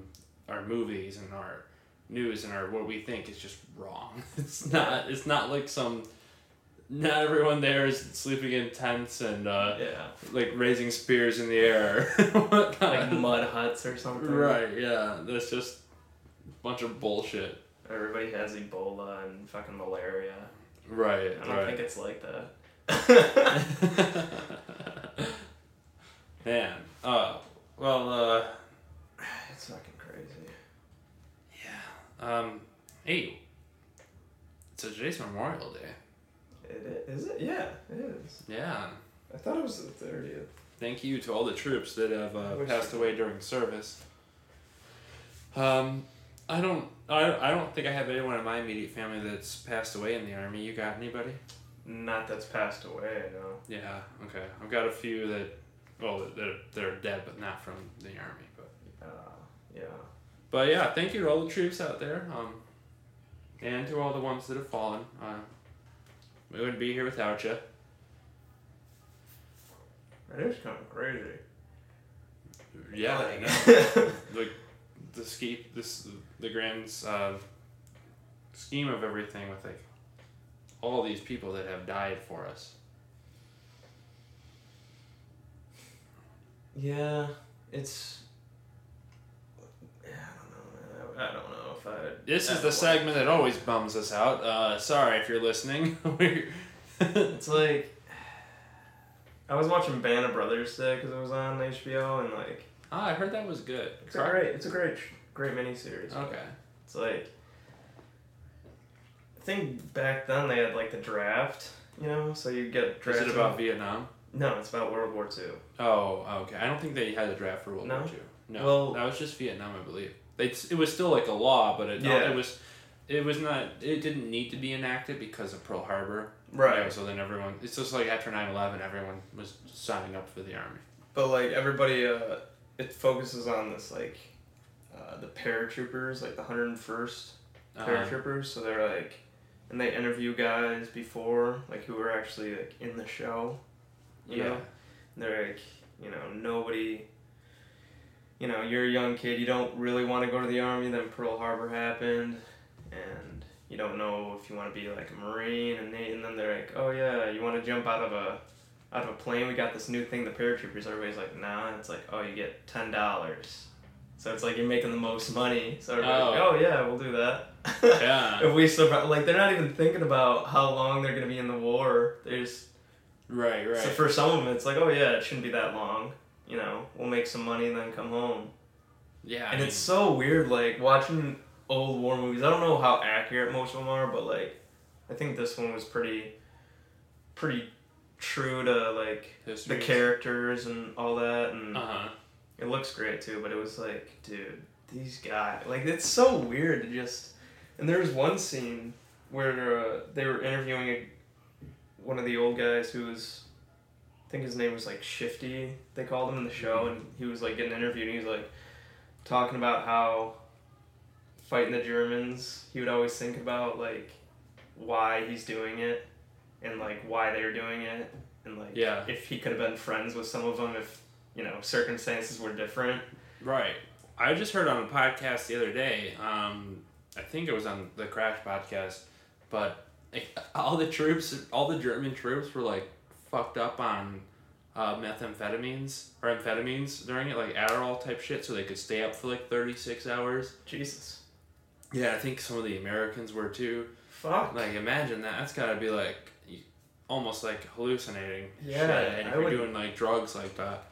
our movies and our news and our what we think is just wrong. It's not. It's not like some. Not everyone there is sleeping in tents and uh, Yeah. like raising spears in the air. Like Whatnot. mud huts or something. right? Yeah, that's just a bunch of bullshit. Everybody has Ebola and fucking malaria. Right. I don't think it's like that. right. Man. Uh, well. Uh, it's fucking crazy. yeah. Um. Hey. So today's Memorial Day. It is, is it? Yeah, it is. Yeah. I thought it was the thirtieth. Thank you to all the troops that have uh, Which- passed away during service. Um, I don't, I, I don't think I have anyone in my immediate family that's passed away in the army. You got anybody? Not that's passed away, I know. Yeah. Okay. I've got a few that, well, that that are, that are dead, but not from the army. But Uh, yeah. but yeah, thank you to all the troops out there. Um, and to all the ones that have fallen. Uh, we wouldn't be here without you. It is kind of crazy. Yeah. I Like- know. the the ski this the grand uh, scheme of everything with like all these people that have died for us. yeah, it's. Yeah, I don't know. man. I, I don't know if I. This I is don't know. the segment that always bums us out. Uh, sorry if you're listening. We're- It's like. I was watching Band of Brothers today because it was on HBO and like. ah, I heard that was good. It's a great. It's a great, great miniseries. Okay. It's like I think back then they had like the draft, you know, so you get Is drafted. it about Vietnam? No, it's about World War II. Oh, okay. I don't think they had a draft for World No? War II. No, Well- that was just Vietnam, I believe. They, it was still like a law, but it, Yeah. it was, it was not. It didn't need to be enacted because of Pearl Harbor. You know, so then everyone, it's just like after 9-11, everyone was signing up for the army. But like everybody, uh, it focuses on this like uh, the paratroopers, like the hundred and first Um, paratroopers. so they're like, and they interview guys before like who were actually like in the show. You yeah. Know? And they're like, you know, nobody. You know, you're a young kid. You don't really want to go to the army. Then Pearl Harbor happened, and you don't know if you want to be like a marine. And they, and then they're like, oh yeah, you want to jump out of a, out of a plane? We got this new thing, the paratroopers. Everybody's like, nah. And it's like, oh, you get ten dollars. So it's like you're making the most money. So everybody's like, Oh. oh yeah, we'll do that. Yeah. if we survive, like they're not even thinking about how long they're gonna be in the war. They're just Right, right. so for some of them, it's like, oh yeah, it shouldn't be that long. You know, we'll make some money and then come home. yeah. I And mean, it's so weird, like watching old war movies. I don't know how accurate most of them are, but like, I think this one was pretty, pretty true to like the characters and all that, and Uh huh. it looks great too. But it was like, dude, these guys, like, it's so weird to just. And there was one scene where uh, they were interviewing a, one of the old guys who was, I think his name was like Shifty. They called him in the show, and he was like getting interviewed, and he was like talking about how fighting the Germans, he would always think about like why he's doing it, and like why they're doing it, and like Yeah. if he could have been friends with some of them if you know circumstances were different. Right. I just heard on a podcast the other day. Um, I think it was on the Crash podcast, but like, all the troops, all the German troops, were like fucked up on uh, methamphetamines or amphetamines during it, like Adderall type shit, so they could stay up for like thirty six hours. Jesus, Yeah, I think some of the Americans were too. fuck. Like, imagine that. That's gotta be like almost like hallucinating. Yeah, shit, and if I you're would- doing like drugs like that.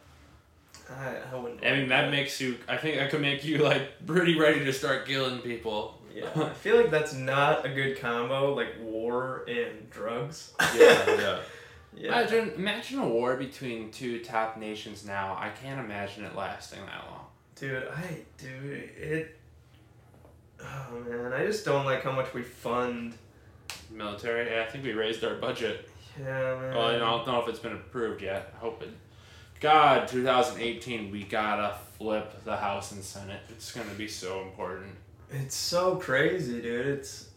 I, I wouldn't. I mean, that like makes you. I think that could make you like pretty ready to start killing people. Yeah, I feel like that's not a good combo, like war and drugs. yeah. yeah. Imagine, imagine a war between two top nations now. I can't imagine it lasting that long. Dude, I dude it. Oh man, I just don't like how much we fund. Military. Yeah, I think we raised our budget. Yeah, man. Well, I don't know if it's been approved yet. I hope it. God, 2018, we gotta flip the House and Senate. It's gonna be so important. It's so crazy, dude. It's.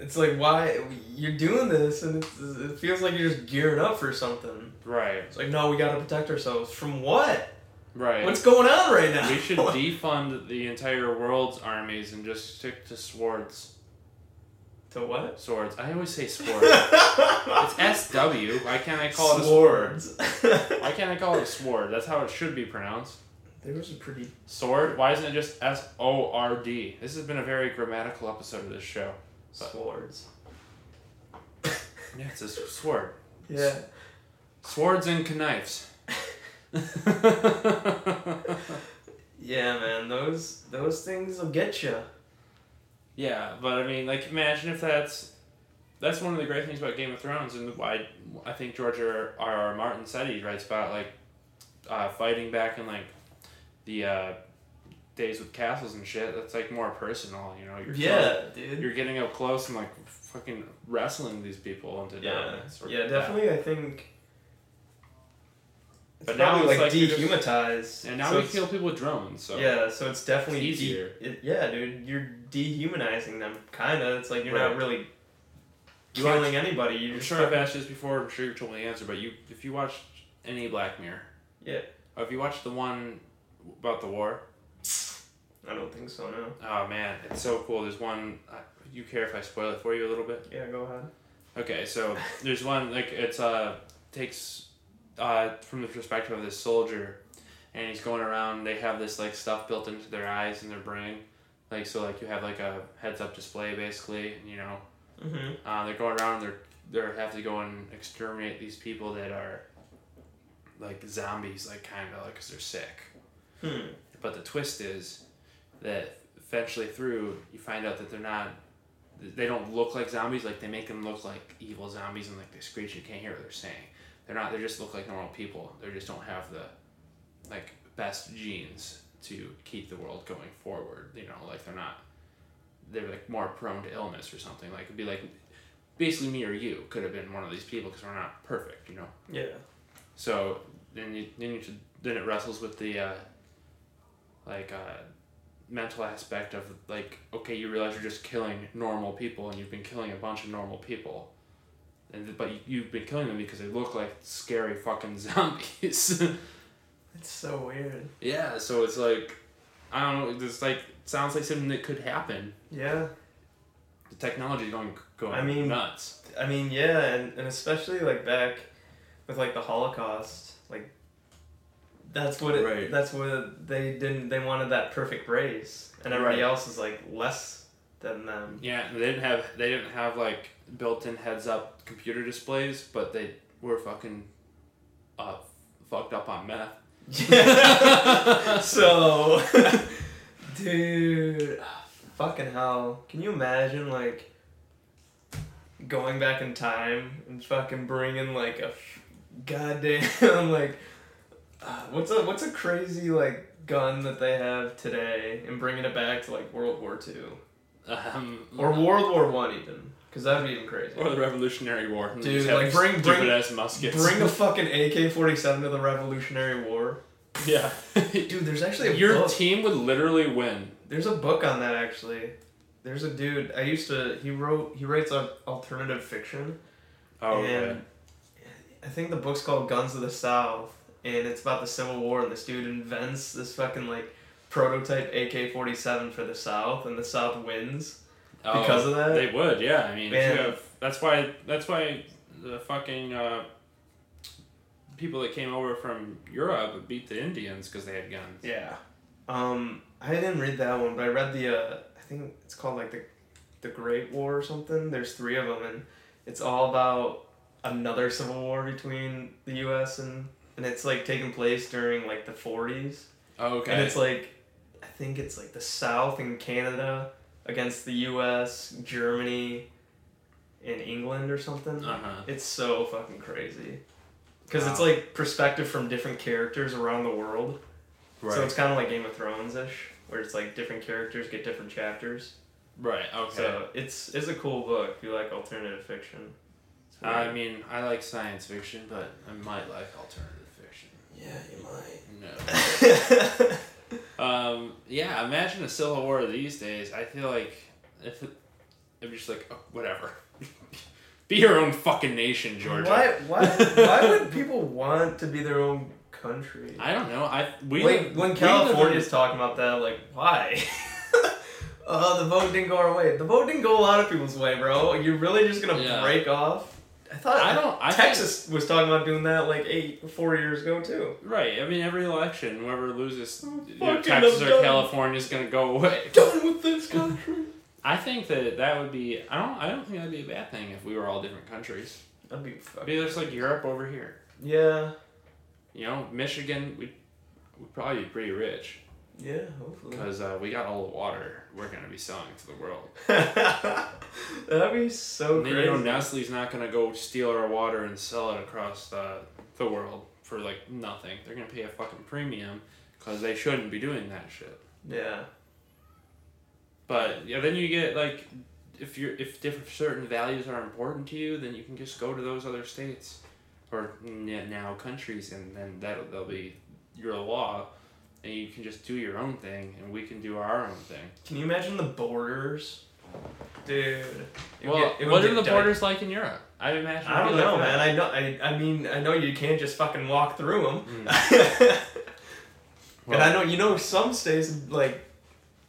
It's like why you're doing this, and it's, it feels like you're just gearing up for something. Right. It's like no, we gotta protect ourselves from what? Right. What's going on right now? we should defund the entire world's armies and just stick to swords. to what? Swords. I always say swords. it's It's SW. Why can't I call it a sword? swords. Why can't I call it a sword? That's how it should be pronounced. There was a pretty. Sword? Why isn't it just S O R D? This has been a very grammatical episode of this show. Swords. Yeah, it's a s- sword. yeah. Swords and knives. Yeah, man. Those those things will get you. yeah, but I mean, like, imagine if that's. That's one of the great things about Game of Thrones, and why I think George R. R. R. Martin said he writes about, like, uh, fighting back in, like, the uh, days with castles and shit. That's, like, more personal, you know? You're yeah, dude. you're getting up close and like fucking wrestling these people into Yeah. dominance. or Yeah, that. definitely. I think. It's But now probably, it's like like you're just- dehumanized. And now so we it's- kill people with drones. So Yeah, so it's definitely It's de- easier. it- yeah, dude. You're dehumanizing them, kind of. It's like you're not Right. really You watch- killing anybody. You're I'm just sure I've asked you this before. I'm sure you told me the answer, but you if you watched any Black Mirror, Yeah. or if you watched the one about the war, I don't think so. No. oh man, it's so cool. There's one. Uh, you care if I spoil it for you a little bit? Yeah, go ahead. Okay, so there's one like it's uh takes uh from the perspective of this soldier, and he's going around. They have this like stuff built into their eyes and their brain, like so like you have like a heads up display basically. And, you know, Mm-hmm. uh, they're going around. They're they have to go and exterminate these people that are like zombies, like kind of like because they're sick. Hmm. But the twist is that eventually through you find out that they're not they don't look like zombies like they make them look like evil zombies and like they screech you can't hear what they're saying they're not. They just look like normal people. They just don't have the like best genes to keep the world going forward. You know, like they're not. They're like more prone to illness or something. Like it'd be like, basically me or you could have been one of these people because we're not perfect. You know. Yeah. So then you then you should, then it wrestles with the uh, like uh, mental aspect of like okay you realize you're just killing normal people and you've been killing a bunch of normal people, and but you, you've been killing them because they look like scary fucking zombies. It's so weird. yeah, so it's like I don't know. It's like sounds like something that could happen. Yeah. The technology going going I mean- nuts. I mean, yeah, and, and especially like back with like the Holocaust, like that's what it, Right. that's what they didn't they wanted that perfect race, and everybody Right. else is like less than them. Yeah, and they didn't have they didn't have like built-in heads-up computer displays, but they were fucking uh, fucked up on meth. so, dude, fucking hell! Can you imagine like going back in time and fucking bringing like a goddamn like uh, what's a what's a crazy like gun that they have today and bringing it back to like World War Two Um, or World War One even because that'd be even crazy. or the Revolutionary War. and they Dude, just have like, bring- bring- stupid-ass muskets. Bring a fucking AK forty seven to the Revolutionary War, yeah. dude. There's actually a Your book. team would literally win. There's a book on that actually. There's a dude I used to. He wrote. He writes on alternative fiction, Oh, and yeah. I think the book's called Guns of the South, and it's about the Civil War. And this dude invents this fucking like prototype AK forty seven for the South, and the South wins Oh, because of that. they would. Yeah, I mean, if Man. you have, that's why that's why the fucking uh, people that came over from Europe beat the Indians because they had guns. yeah. Um, I didn't read that one, but I read the. Uh, I think it's called like the, the Great War or something. There's three of them, and it's all about another civil war between the U.S. and and it's like taking place during like the 40s, Oh, Okay. and it's like I think it's like the South and Canada against the U.S., Germany, and England or something. uh huh. It's so fucking crazy. Because it's Wow. like perspective from different characters around the world. Right. So it's kind of like Game of Thrones ish, where it's like different characters get different chapters. right. Okay. So it's it's a cool book if you like alternative fiction. It's weird. I mean, I like science fiction, but I might like alternative fiction. yeah, you No. might. Um, yeah, imagine a civil war these days. I feel like if it, I'm just like oh, whatever. Be your own fucking nation, Georgia. why why why would people want to be their own country? I don't know. I we Wait, live- when we live California's talking about that, like why? Oh, the vote didn't go our way. The vote didn't go a lot of people's way, bro. You're really just gonna Yeah. break off? I thought I don't- I think- Texas was talking about doing that like eight, four years ago too. in- right. I mean, every election, whoever loses, you know, Oh, fucking Texas I'm or done. California is gonna go away. Done with this country. I think that that would be. I don't. I don't think that'd be a bad thing if we were all different countries. That'd be fucking. Maybe there's like Europe over here. Yeah. You know, Michigan, we would probably be pretty rich Yeah. Hopefully. because uh, we got all the water we're gonna be selling to the world. That'd be so And then, you know, crazy. Nestle's not gonna go steal our water and sell it across the the world for like nothing. They're gonna pay a fucking premium because they shouldn't be doing that shit. Yeah. But yeah, then you get like. If you're if different certain values are important to you, then you can just go to those other states, or n- now countries, and then that they'll be your law, and you can just do your own thing, and we can do our own thing. Can you imagine the borders, dude? It would Well, get- it would what are get the dicey. borders like in Europe? I imagine. I it'd don't be know, like man. that. I know. I, I mean, I know you can't just fucking walk through Hmm. them. and I know you know some states like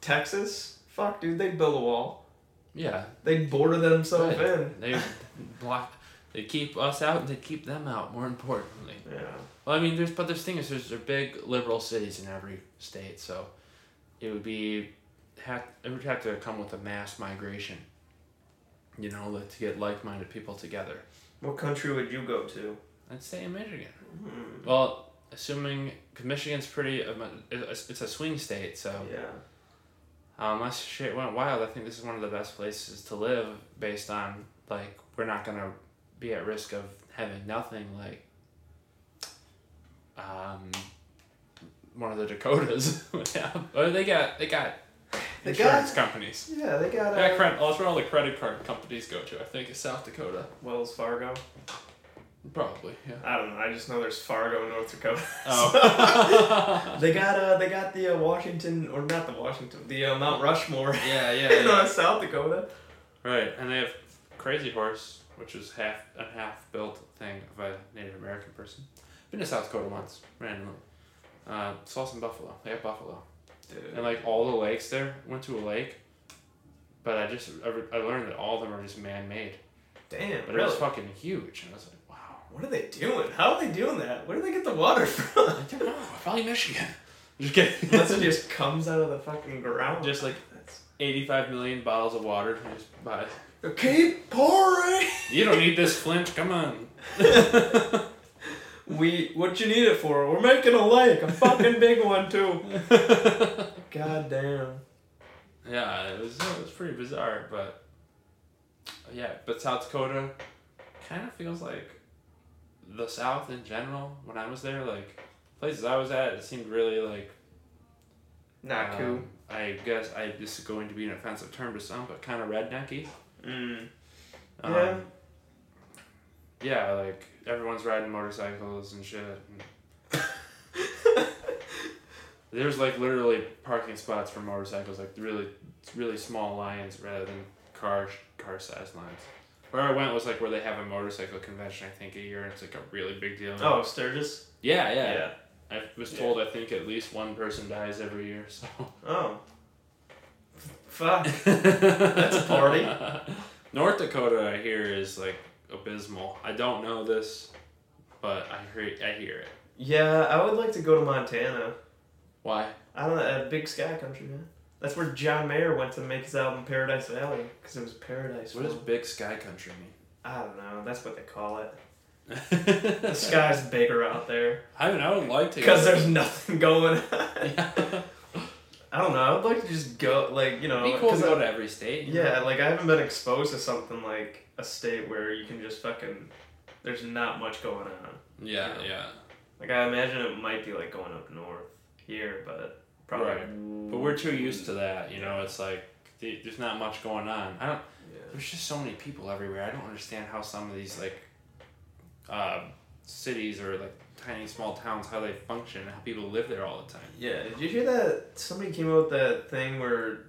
Texas. Fuck, dude, they build a wall. Yeah, They border themselves Right. in. they block. They keep us out, and they keep them out. More importantly, Yeah. well, I mean, there's but there's thing is there's there are big liberal cities in every state, so it would be have it would have to come with a mass migration. You know, like, to get like-minded people together. What country would you go to? I'd say in Michigan. Hmm. Well, assuming 'cause Michigan's pretty, um, it's it's a swing state, so. Yeah. Um, unless shit went wild, I think this is one of the best places to live based on like we're not gonna be at risk of having nothing like um, one of the Dakotas. yeah. Or they got they got They insurance got- companies. Yeah, they got. They got Uh, credit. That's where all the credit card companies go to. I think is South Dakota. Wells Fargo. Probably. Yeah. I don't know. I just know there's Fargo, North Dakota. Oh. they got uh, they got the uh, Washington or not the Washington, the uh, Mount Rushmore yeah. Yeah. in uh, yeah. South Dakota. Right, and they have Crazy Horse, which is half a half built thing of a Native American person. Been to South Dakota once, randomly. Uh, saw some buffalo. They have buffalo, Dude. and like all the lakes there. Went to a lake, but I just I, re- I learned that all of them are just man made. Damn, But it really? was fucking huge, and I was like, wow. What are they doing? How are they doing that? Where do they get the water from? I don't know. Probably Michigan. Just kidding. Unless it just comes out of the fucking ground. Just like- That's... eighty-five million bottles of water. and Just buy. keep pouring. You don't need this, Flint. Come on. We what you need it for? We're making a lake, a fucking big one too. God damn. Yeah, it was it was pretty bizarre, but yeah, but South Dakota kind of feels like the South in general. When I was there, like places I was at, it seemed really like Not cool. um, I guess I this is going to be an offensive term to some, but kind of rednecky. Mm. Um, Yeah. yeah, like everyone's riding motorcycles and shit. and- There's like literally parking spots for motorcycles, like really, really small lines rather than car car sized lines. Where I went was like where they have a motorcycle convention, I think, a year, and it's like a really big deal. Oh, Sturgis. yeah, yeah. I was told I think at least one person dies every year, so. Oh. Fuck. That's a party. North Dakota, I hear, is like abysmal. I don't know this, but I hear I hear it. Yeah, I would like to go to Montana. Why? I don't know, uh, Big Sky Country, man. That's where John Mayer went to make his album Paradise Valley, because it was paradise. What for does him. Big Sky Country mean? I don't know. That's what they call it. The sky's bigger out there I mean, I would like to. because there's nothing going on. Yeah. I don't know. I would like to just go, like you know, It'd be cool to 'cause I- go to every state. you know? Yeah, like I haven't been exposed to something like a state where you can just fucking there's not much going on. Yeah, yeah. Like I imagine it might be like going up north here, but probably But we're too used to that, you know. It's like the- there's not much going on. I don't. Yeah. There's just so many people everywhere. I don't understand how some of these like uh, cities or like tiny small towns how they function and how people live there all the time. Yeah, did you hear that somebody came out with that thing where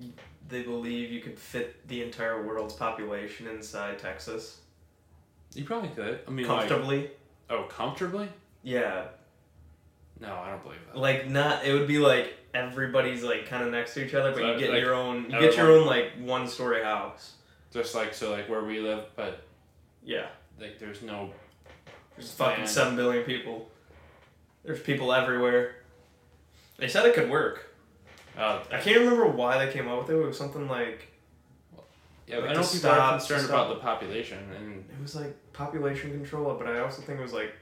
y- they believe you could fit the entire world's population inside Texas You probably could. I mean, like, comfortably? oh, comfortably? yeah, No, I don't believe that. like not it would be like everybody's like kind of next to each other, but So, you get like, your own you get your everyone- own like one story house. Just like so, like where we live, but Yeah. like there's no There's fucking Man. seven billion people. There's people everywhere. They said it could work. uh, I can't remember why they came up with it. It was something like Yeah, Like I know to people are stop- to concerned stop. about the population, and it was like population control, but I also think it was like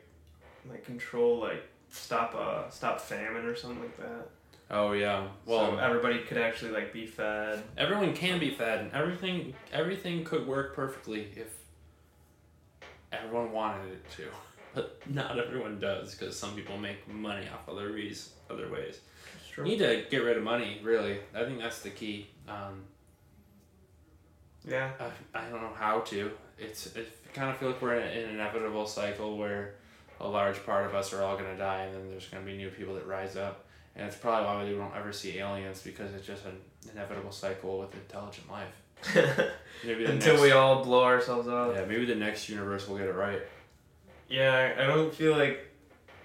like control like stop uh stop famine or something like that. oh yeah, well, so everybody could actually like be fed. everyone can be fed, and everything everything could work perfectly if everyone wanted it to, but not everyone does because some people make money off other reas other ways. You need to get rid of money, really. I think that's the key. Um, Yeah. I, I don't know how to. It's it kind of feel like we're in an inevitable cycle where a large part of us are all gonna die, and then there's gonna be new people that rise up, and it's probably why we don't ever see aliens because it's just an inevitable cycle with intelligent life. Maybe the Until next, we all blow ourselves up. yeah, maybe the next universe will get it right. Yeah, I I don't feel like.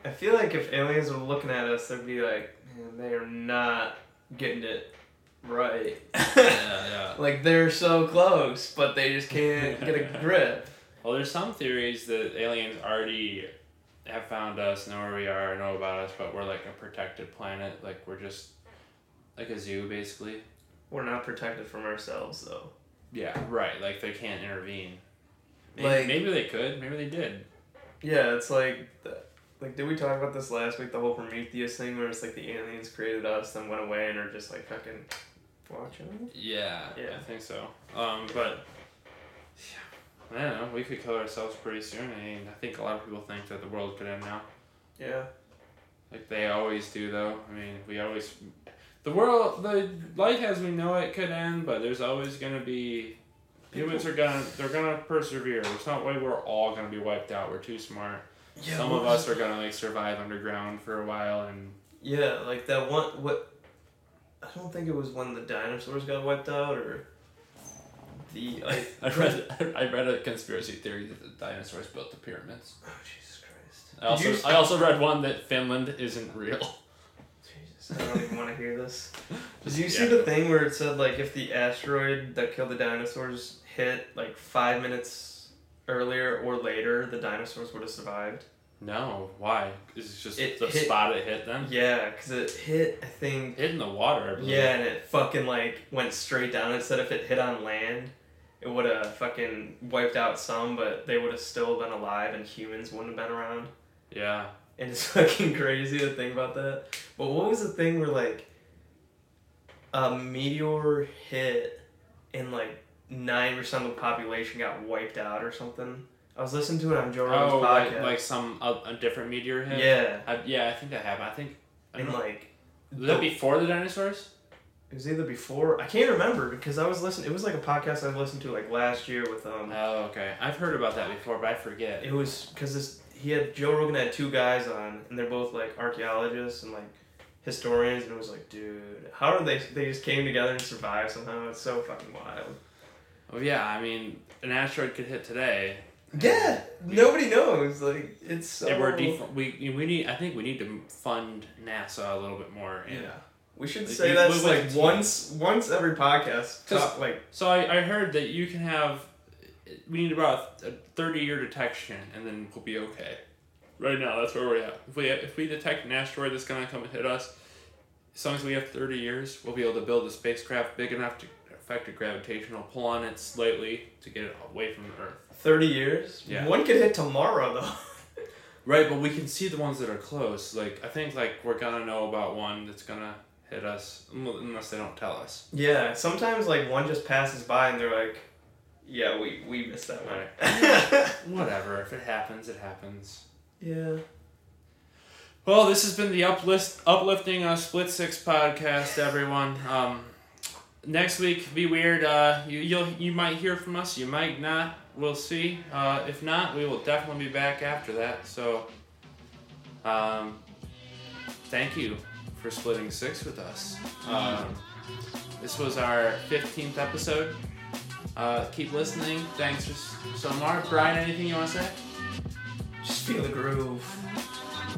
I feel like if aliens were looking at us, they'd be like, man, they are not getting it right. yeah. like, they're so close, but they just can't get a grip. Well, there's some theories that aliens already have found us, know where we are, know about us, but we're like a protected planet. Like we're just like a zoo, basically. We're not protected from ourselves, though. Yeah, right. Like they can't intervene. Maybe, Like- maybe they could. Maybe they did. Yeah, it's like. The, like, did we talk about this last week? The whole Prometheus thing where it's like the aliens created us, then went away, and are just like fucking watching us? Yeah. Yeah. I think so. Um, but yeah, I don't know. We could kill ourselves pretty soon, and I think a lot of people think that the world could end now. Yeah. Like they always do, though. I mean, we always. The world, the life as we know it could end, but there's always going to be. Humans are gonna, they're gonna persevere. It's not like we're all gonna be wiped out. We're too smart. Some of us are gonna like survive underground for a while, and Yeah, like that one. What? I don't think it was when the dinosaurs got wiped out, or the I. I read I read a conspiracy theory that the dinosaurs built the pyramids. Oh Jesus Christ! I also Did you- I also read one that Finland isn't real. Jesus, I don't even want to hear this. Did Just- you see yeah. the thing where it said like if the asteroid that killed the dinosaurs hit like five minutes earlier or later, the dinosaurs would have survived? No, why? Is it just It the hit- spot it hit them? Yeah, because it hit. I think. Hit in the water, I believe. Yeah, and it fucking like went straight down. It said if it hit on land, it would have fucking wiped out some, but they would have still been alive, and humans wouldn't have been around. Yeah. And it's fucking crazy to think about that. But what was the thing where like a meteor hit and like nine percent of the population got wiped out or something? I was listening to it on Joe Rogan's Oh, like, podcast. like some a, a different meteor hit. yeah, I, yeah, I think that happened. I think. I don't and know. like Was that before the dinosaurs? it was either before I can't remember because I was listening. It was like a podcast I listened to like last year with um. Oh, okay. I've heard about that before, but I forget. It was because this he had Joe Rogan had two guys on, and they're both like archaeologists and like historians, and it was like, dude, how did they they just came together and survived somehow? It's so fucking wild. Well, yeah, I mean, an asteroid could hit today. Yeah, nobody knows. Like it's so. And we're def- we we need. I think we need to fund NASA a little bit more. and- yeah. We should Like, say we- that's we- we- like once once every Just- podcast. Top, like So I, I heard that you can have. We need about a thirty year detection, and then we'll be okay. Right now, that's where we're at. If we if we detect an asteroid that's gonna come and hit us, as long as we have thirty years, we'll be able to build a spacecraft big enough to affect a gravitational pull on it slightly to get it away from Earth. thirty years. Yeah. One could hit tomorrow though. Right, but we can see the ones that are close. Like I think like we're gonna know about one that's gonna hit us un- unless they don't tell us. yeah. Sometimes like one just passes by and they're like, yeah, we we missed that one. Whatever. If it happens, it happens. yeah. Well, this has been the uplift uplifting uh, split six podcast, everyone. Um, next week, be weird. Uh, you you'll you might hear from us. You might not. We'll see. Uh, if not, we will definitely be back after that. So, um, thank you for splitting six with us. Um, this was our fifteenth episode. Uh, keep listening. Thanks for s- so much, Brian. Anything you want to say? Just feel the groove.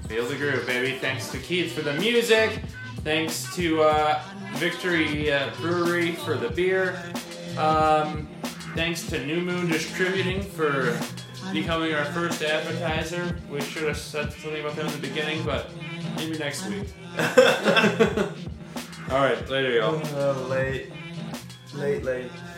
Feel the groove, baby. Thanks to Keith for the music. Thanks to uh, Victory uh, Brewery for the beer. Um, thanks to New Moon Distributing for becoming our first advertiser. We should have said something about that in the beginning, but maybe next week. All right, later, y'all. Uh, late, late, late.